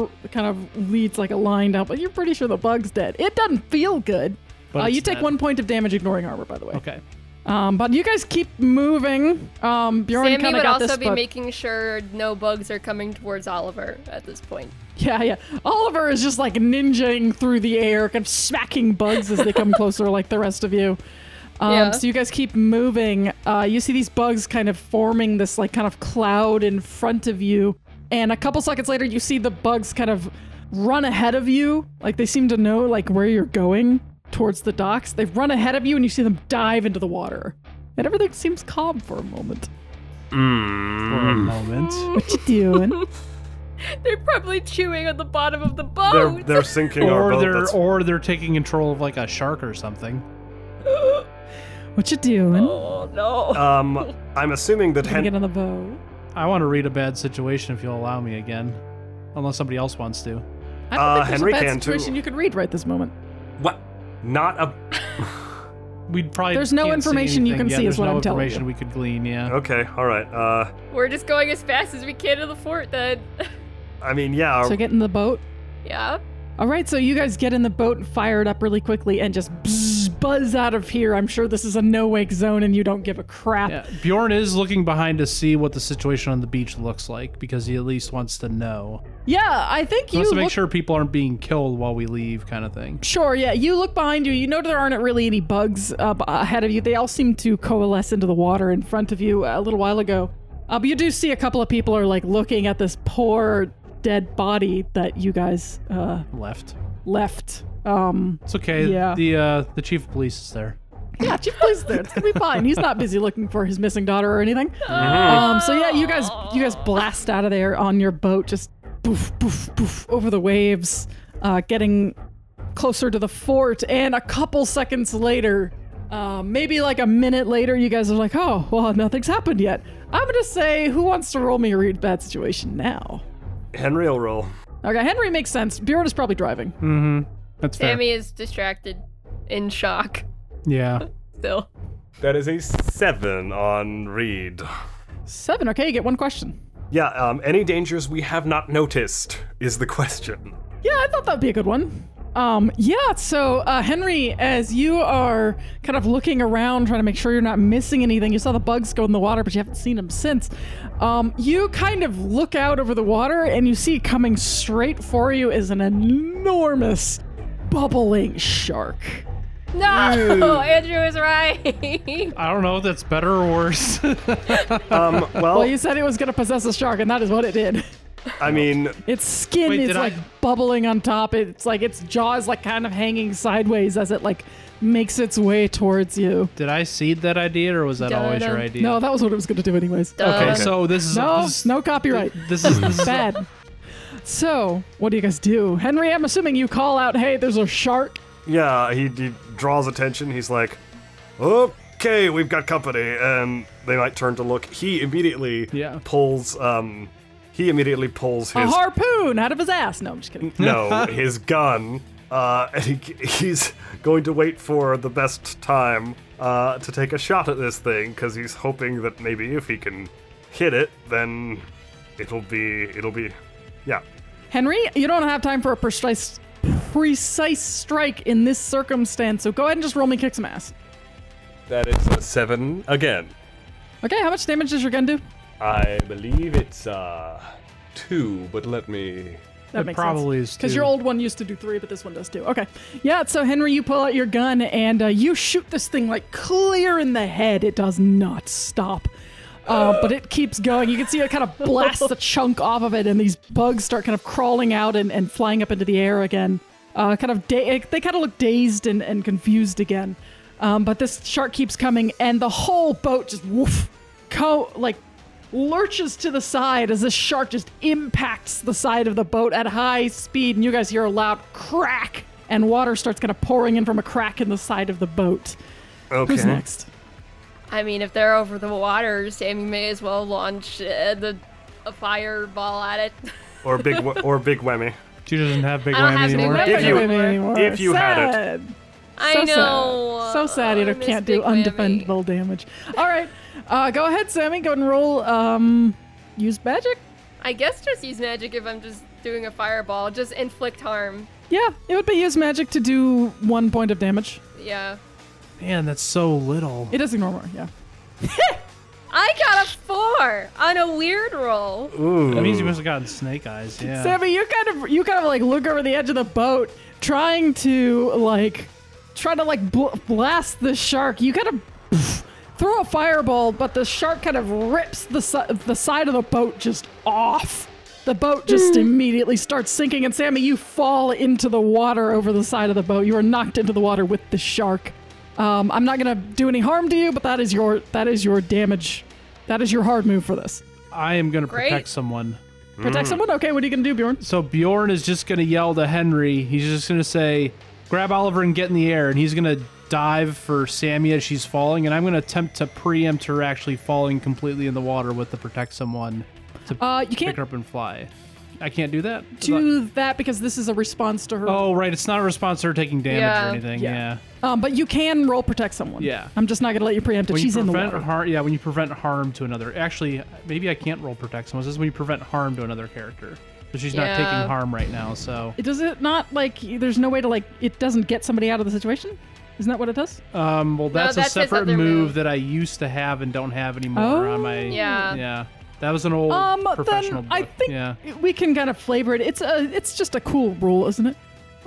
A: r- kind of leads like a line down. But you're pretty sure the bug's dead. It doesn't feel good.
B: But
A: uh,
B: it's
A: you take
B: dead.
A: one point of damage, ignoring armor, by the way.
B: Okay.
A: Um, but you guys keep moving. Um, Bjorn
D: Sammy
A: kinda
D: would
A: got
D: also
A: this,
D: be
A: but-
D: making sure no bugs are coming towards Oliver at this point. [LAUGHS]
A: Yeah, yeah. Oliver is just like ninjaing through the air, kind of smacking bugs as they come closer, like the rest of you. Um,
D: Yeah.
A: So you guys keep moving. Uh, you see these bugs kind of forming this like kind of cloud in front of you, and a couple seconds later, you see the bugs kind of run ahead of you, like they seem to know like where you're going towards the docks. They've run ahead of you, and you see them dive into the water, and everything seems calm for a moment.
C: Mm.
B: For a moment.
A: What you doing?
D: They're probably chewing on the bottom of the
C: They're
D: boat.
C: they're sinking our
B: Or
C: boat.
B: they're
C: That's-
B: or they're taking control of like a shark or something.
A: what you doing?
D: oh no.
C: um, I'm assuming that
A: Gonna
C: Hen-
A: get on the boat.
B: I want to read a bad situation if you'll allow me again. Unless somebody else wants
A: I
B: to.
A: don't
C: Uh,
A: think there's
C: Henry
A: a bad
C: can, too.
A: situation you could read right this moment.
C: what? Not a.
B: We'd probably
A: There's no
B: can't see
A: information you
B: anything
A: can
B: yet.
A: see is
B: There's
A: what
B: no
A: I'm telling
B: information
A: you.
B: we could glean, yeah.
C: Okay, all right. Uh,
D: We're just going as fast as we can to the fort then. [LAUGHS]
C: I mean, yeah.
A: So get in the boat.
D: yeah.
A: All right, so you guys get in the boat and fire it up really quickly and just bzz, buzz out of here. I'm sure this is a no wake zone and you don't give a crap.
B: Yeah. Bjorn is looking behind to see what the situation on the beach looks like because he at least wants to know.
A: Yeah, I think you
B: He wants to make
A: look-
B: sure people aren't being killed while we leave, kind of thing.
A: Sure, yeah. You look behind you. You know there aren't really any bugs up ahead of you. They all seem to coalesce into the water in front of you a little while ago. Uh, but you do see a couple of people are like looking at this poor dead body that you guys uh,
B: Left.
A: left. Um,
B: It's okay.
A: Yeah.
B: The uh the chief of police is there.
A: Yeah, Chief Police is there. It's gonna be fine. He's not busy looking for his missing daughter or anything. Um, so yeah, you guys, you guys blast out of there on your boat, just poof, poof, poof over the waves, uh, getting closer to the fort. And a couple seconds later, uh, maybe like a minute later, you guys are like, "Oh, well, nothing's happened yet." I'm gonna say, who wants to roll me a read bad situation now?
C: Henry will roll.
A: Okay, Henry makes sense. Bjorn is probably driving.
B: Mm-hmm. That's fair.
D: Sammy is distracted in shock
B: Yeah.
D: still.
C: That is a seven on read.
A: Seven. Okay, you get one question.
C: Yeah. Um, any dangers we have not noticed is the question.
A: Yeah, I thought that'd be a good one. Um, yeah, so uh, Henry, as you are kind of looking around, trying to make sure you're not missing anything, you saw the bugs go in the water, but you haven't seen them since. Um, you kind of look out over the water and you see coming straight for you is an enormous bubbling shark.
D: No, [LAUGHS] Andrew is
A: [LAUGHS]
D: right.
B: I don't know if that's better or
D: [LAUGHS]
B: worse.
C: Um, well,
A: Well, you said it was going to possess a shark, and that is what it did.
C: I mean,
A: Its skin
B: Wait,
A: is
B: did I-
A: like bubbling on top. It's like its jaw is like kind of hanging sideways as it like makes its way towards you.
B: Did I seed that idea or was that always your
D: Dun-dun.
B: idea?
A: No, that was what it was going to do, anyways. Oh,
B: Okay,
D: Uh,
B: so this is
A: No,
B: this is,
A: no copyright.
B: This is this is
A: Bad. So, what do you guys do? Henry, I'm assuming you call out, hey, there's a shark.
C: yeah, he, he draws attention. He's like, okay, we've got company. And they might turn to look. He immediately
B: Yeah.
C: pulls, um, he immediately pulls
A: A
C: his,
A: harpoon out of his ass. No, I'm just kidding.
C: [LAUGHS] no, his gun. Uh, and he, he's going to wait for the best time uh, to take a shot at this thing because he's hoping that maybe if he can hit it, then it'll be, it'll be, yeah.
A: Henry, you don't have time for a precise, precise strike in this circumstance, so go ahead and just roll me kick some ass.
C: That is a seven again.
A: Okay, how much damage does your gun do?
C: I believe it's uh two, but let me.
A: That
B: It probably is
A: Because
B: two.
A: your old one used to do three, but this one does two. Okay. Yeah, so Henry, you pull out your gun and uh, you shoot this thing like clear in the head. It does not stop. Uh, but it keeps going. You can see it kind of blasts a chunk off of it, and these bugs start kind of crawling out and, and flying up into the air again. Uh, kind of da- they kind of look dazed and, and confused again. Um, but this shark keeps coming, and the whole boat just woof, co- like lurches to the side as this shark just impacts the side of the boat at high speed, and you guys hear a loud crack, and water starts kind of pouring in from a crack in the side of the boat.
C: Okay.
A: Who's next?
D: I mean, if they're over the water, Sammy may as well launch uh, the a fireball at it. [LAUGHS]
C: Or big wh-
B: [LAUGHS]
C: or big whammy.
B: She doesn't have big
D: I don't
B: whammy
D: have
B: anymore.
D: big whammy.
C: If you-
A: Wait a minute anymore.
C: if you had it.
A: Sad.
D: I
A: so
D: know.
A: Sad. So sad you
D: I
A: don't-
D: miss
A: can't do
D: Big Whammy.
A: undefendable damage. All right, uh, go ahead, Sammy. Go ahead and roll. Um, use magic.
D: I guess just use magic if I'm just doing a fireball. Just inflict harm.
A: Yeah, it would be use magic to do one point of damage.
D: Yeah.
B: Man, that's so little.
A: It is ignore more. Yeah.
D: I got a four on a weird roll.
C: Ooh.
B: That means you must have gotten snake eyes. Yeah.
A: Sammy, you kind of you kind of like look over the edge of the boat, trying to like try to like bl- blast the shark. You kind of pff, throw a fireball, but the shark kind of rips the si- the side of the boat just off. The boat just immediately starts sinking, and Sammy, you fall into the water over the side of the boat. You are knocked into the water with the shark. Um, I'm not gonna do any harm to you, but that is your that is your damage. That is your hard move for this.
B: I am gonna protect
D: Great.
B: someone.
A: Protect someone. Okay, what are you gonna do, Bjorn?
B: So Bjorn is just gonna yell to Henry. He's just gonna say, "Grab Oliver and get in the air," and he's gonna dive for Sammy as she's falling, and I'm gonna attempt to preempt her actually falling completely in the water with the protect someone to
A: Uh, you
B: pick
A: can't
B: her up and fly. I can't do that.
A: do that because this is a response to her.
B: oh right, it's not a response to her taking damage
D: Yeah.
B: or anything.
A: Yeah.
B: Yeah.
A: Um, but you can roll protect someone.
B: Yeah.
A: I'm just not gonna let you preempt if
B: When you
A: she's in the
B: prevent
A: water.
B: har- yeah, when you prevent harm to another. Actually, maybe I can't roll protect someone. This is when you prevent harm to another character. So she's not
D: Yeah.
B: taking harm right now. So
A: It does it not like there's no way to like it doesn't get somebody out of the situation? Isn't that what it does?
B: Um, well, that's,
D: that's his
B: a separate
D: other
B: move,
D: move.
B: that I used to have and don't have anymore on my.
D: Yeah.
B: Yeah. That was an old
A: Oh. Um,
B: professional.
A: then I
B: book.
A: think
B: Yeah.
A: we can kind of flavor it. It's a it's just a cool rule, isn't it?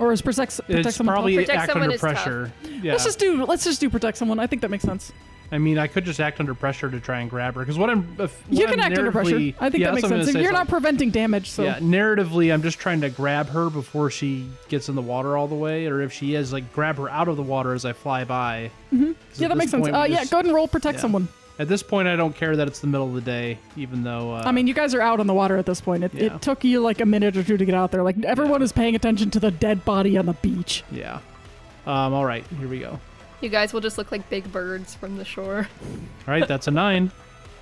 A: Or is protect protect
B: It's
A: someone?
B: probably
A: tough?
D: Protect
B: act
D: someone
B: under
D: is tough.
B: pressure. Yeah.
A: Let's just do let's just do protect someone. I think that makes sense.
B: I mean, I could just act under pressure to try and grab her because what I'm. If,
A: you
B: what
A: can
B: I'm
A: act under pressure.
B: narratively-
A: I think
B: yeah,
A: that makes
B: that's what I'm
A: sense.
B: gonna
A: And
B: say.
A: You're
B: So,
A: not preventing damage, so
B: Yeah, narratively, I'm just trying to grab her before she gets in the water all the way, or if she is, like, grab her out of the water as I fly by.
A: Mm-hmm. Yeah, that makes sense. Uh, yeah, go ahead and roll protect
B: yeah.
A: someone.
B: At this point, I don't care that it's the middle of the day, even though. Uh,
A: I mean, you guys are out on the water at this point. It,
B: Yeah.
A: it took you like a minute or two to get out there. Like everyone is paying attention to the dead body on the beach.
B: Yeah. Um, all right, here we go. All
D: You guys will just look like big birds from the shore.
B: right, that's a
A: [LAUGHS]
B: nine.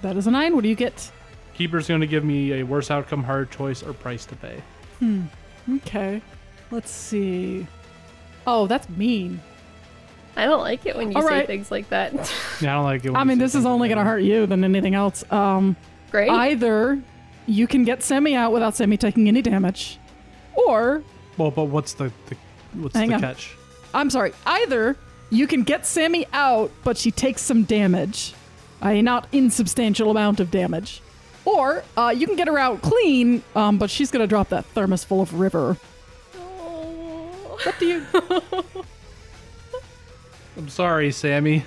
A: That is a nine. What do you get?
B: Keeper's going to give me a worse outcome, hard choice, or price to pay.
A: Okay, let's see. Oh, that's mean.
D: I don't like it when you
A: All
D: say
A: right.
D: things like that. [LAUGHS]
B: Yeah, I don't like it. when
A: I
B: you
A: mean,
B: say
A: this is
B: something
A: only
B: like
A: gonna hurt you than anything else. Um,
D: Great.
A: either you can get Sammy out without Sammy taking any damage, or
B: that. Well, but what's the, the what's
A: Hang
B: the
A: on.
B: catch?
A: I'm sorry. Either you can get Sammy out, but she takes some damage, a not insubstantial amount of damage, or uh, you can get her out clean, um, but she's gonna drop that thermos full of river.
D: Oh,
A: Up to you.
B: I'm sorry, Sammy,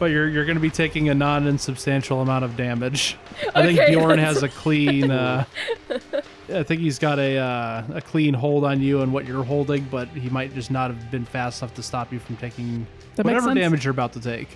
B: but you're you're going to be taking a non-insubstantial amount of damage. I think
D: Okay,
B: Bjorn
D: that's-
B: has a clean. Uh,
A: [LAUGHS]
B: I think he's got a uh, a clean hold on you and what you're holding, but he might just not have been fast enough to stop you from taking
A: That makes
B: whatever
A: sense.
B: damage you're about to take.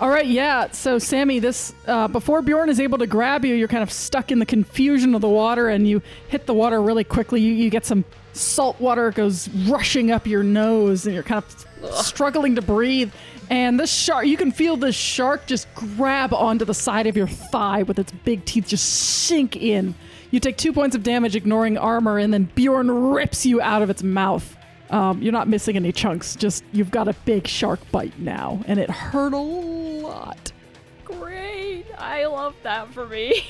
A: All right, yeah. So Sammy, this uh, before Bjorn is able to grab you, you're kind of stuck in the confusion of the water, and you hit the water really quickly. You, you get some salt water goes rushing up your nose, and you're kind of struggling to breathe. And this shark, you can feel this shark just grab onto the side of your thigh with its big teeth, just sink in. You take two points of damage, ignoring armor, and then Bjorn rips you out of its mouth. Um, you're not missing any chunks. Just you've got a big shark bite now, and it hurt a lot.
E: Great. I love that for
D: [LAUGHS]
E: me.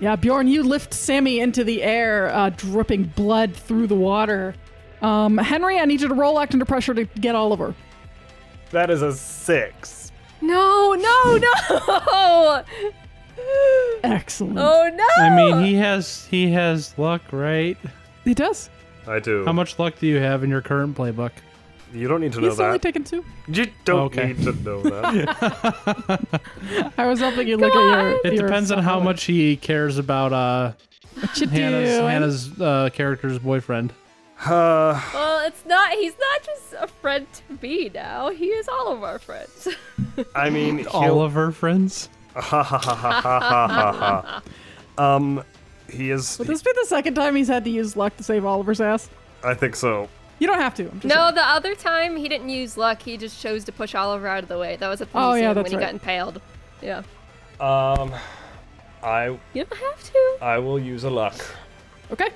A: Yeah, Bjorn, you lift Sammy into the air, uh, dripping blood through the water. Um, Henry, I need you to roll act under pressure to get Oliver.
C: That is a six.
E: no, no,
D: [LAUGHS]
E: no.
A: Excellent.
E: Oh no.
B: I mean, he has he has luck, right?
A: He does.
C: I do.
B: How much luck do you have in your current playbook?
C: You don't need to know
A: He's only
C: that.
A: taken two.
C: you don't
B: Okay.
C: need to
B: [LAUGHS]
C: know that.
A: I was hoping you'd look at your.
B: It
A: your
B: depends on how
A: phone.
B: much he cares about uh,
A: What you
B: Hannah's
A: doing?
B: Hannah's uh, character's boyfriend.
C: uh,
E: well, it's not. He's not just a friend to be now. He is all of our friends.
C: I mean, he'll-
B: All of her friends.
C: um, he is.
A: Would this be the second time he's had to use luck to save Oliver's ass?
C: I think so.
A: You don't have to. I'm just
D: [LAUGHS] No,
A: saying.
D: the other time he didn't use luck. He just chose to push Oliver out of the way. That was at the
A: Oh, yeah,
D: museum when
A: that's
D: he
A: right.
D: got impaled. Yeah.
C: Um, I
D: You don't have to.
C: I will use a luck.
A: Okay.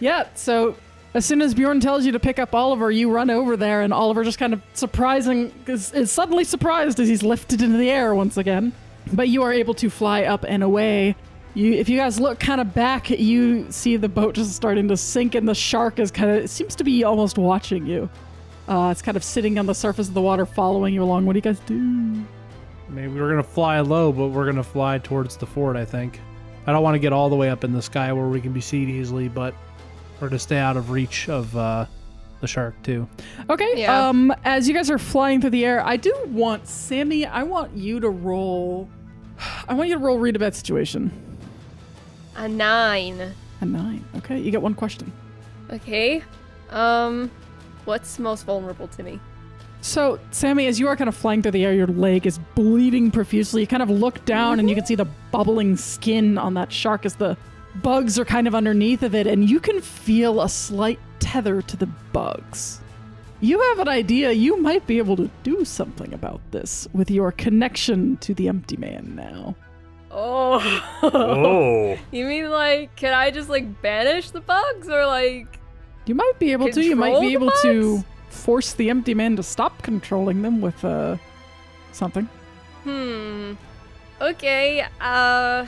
A: Yeah, so as soon as Bjorn tells you to pick up Oliver, you run over there, and Oliver just kind of surprising is, is suddenly surprised as he's lifted into the air once again. But you are able to fly up and away. You, if you guys look kind of back, you see the boat just starting to sink, and the shark is kind of it seems to be almost watching you. Uh, it's kind of sitting on the surface of the water, following you along. What do you guys do?
B: I mean, we were gonna fly low, but we're gonna fly towards the fort. I think. I don't want to get all the way up in the sky where we can be seen easily, but we're to stay out of reach of uh, the shark too.
A: Okay.
D: Yeah.
A: Um, as you guys are flying through the air, I do want Sammy. I want you to roll. I want you to roll read a bad situation.
D: A nine.
A: A nine. Okay, you get one question.
D: Okay. Um, what's most vulnerable to me?
A: So, Sammy, as you are kind of flying through the air, your leg is bleeding profusely. You kind of look down and you can see the bubbling skin on that shark as the bugs are kind of underneath of it, and you can feel a slight tether to the bugs. You have an idea you might be able to do something about this with your connection to the empty man now.
D: [LAUGHS]
E: oh.
C: Oh,
E: You mean like, can I just like banish the bugs or like?
A: You might be able to. You might
E: Control
A: be
E: the
A: able to
E: bugs?
A: force the empty man to stop controlling them with uh, something.
D: Hmm. Okay. Uh.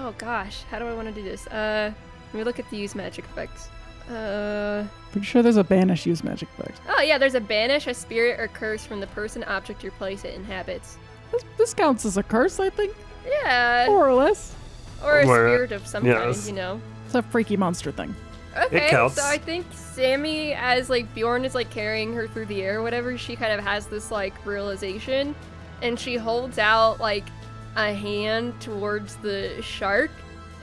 D: Oh gosh. How do I want to do this? Uh. Let me look at the use magic effects. Uh.
A: Pretty sure there's a banish use magic effect.
D: Oh yeah. There's a banish, a spirit, or curse from the person, object, or place it inhabits.
A: This, this counts as a curse, I think,
D: Yeah.
A: more or less.
D: Or a
C: Where-
D: spirit of some
C: yes.
D: kind. You know.
A: It's a freaky monster thing.
D: Okay,
C: counts.
D: so I think Sammy, as like Bjorn is like carrying her through the air or whatever, she kind of has this like realization, and she holds out like a hand towards the shark,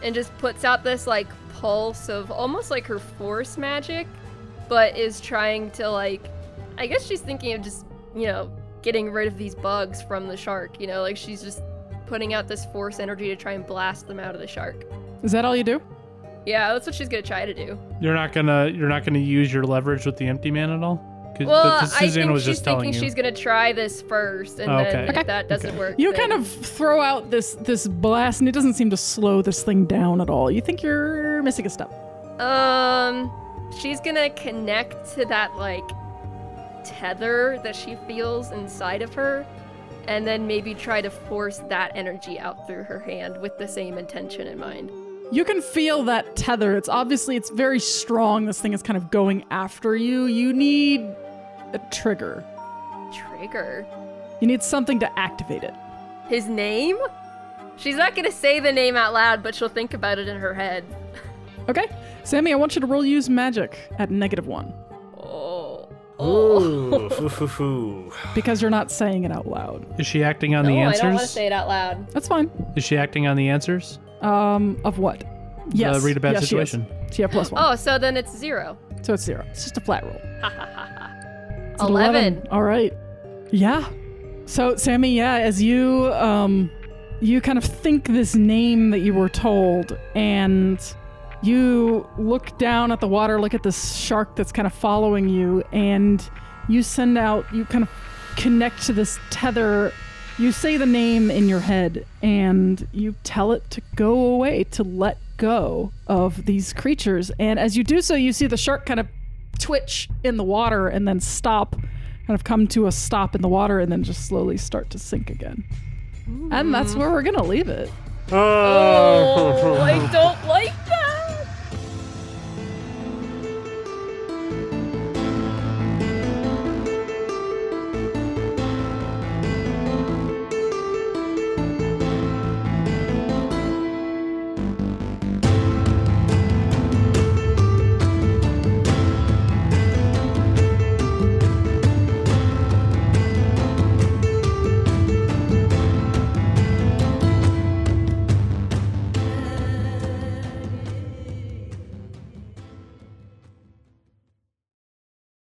D: and just puts out this like pulse of almost like her force magic, but is trying to like, I guess she's thinking of just you know getting rid of these bugs from the shark. You know, like she's just putting out this force energy to try and blast them out of the shark.
A: Is that all you do?
D: Yeah, that's what she's gonna try to do.
B: You're not gonna you're not gonna use your leverage with the empty man at all. 'Cause
D: Well,
B: that's what
D: I
B: Suzanne
D: think
B: was
D: she's
B: just telling
D: thinking
B: you.
D: she's gonna try this first, and
B: Oh, okay.
D: then
B: Okay.
D: if that doesn't
B: Okay.
D: work,
A: You
D: then-
A: kind of throw out this this blast, and it doesn't seem to slow this thing down at all. You think you're missing a step.
D: um, she's gonna connect to that like tether that she feels inside of her, and then maybe try to force that energy out through her hand with the same intention in mind.
A: You can feel that tether. It's obviously it's very strong. This thing is kind of going after you. You need a trigger.
E: Trigger.
A: You need something to activate it.
E: His name? She's not gonna say the name out loud, but she'll think about it in her head.
A: Okay, Sammy, I want you to roll use magic at negative one
E: Oh.
C: [LAUGHS] Ooh, foo, foo, foo.
A: because you're not saying it out loud.
B: Is she acting on
E: No, I
B: the
E: don't want to
B: answers?
E: say it out loud.
A: That's fine.
B: Is she acting on the answers?
A: Um, of what? Yes.
B: read a bad
A: yes, she is.
B: situation.
A: She had plus one,
E: Oh, so then it's zero.
A: so it's zero. It's just a flat roll. It's an
E: 11.
A: All right. Yeah. So Sammy, yeah, as you um you kind of think this name that you were told and you look down at the water, look at this shark that's kind of following you and you send out you kind of connect to this tether. You say the name in your head and you tell it to go away, to let go of these creatures. And as you do so, you see the shark kind of twitch in the water and then stop, kind of come to a stop in the water and then just slowly start to sink again.
C: Uh,
A: And that's where we're going to leave it.
E: Oh, I don't like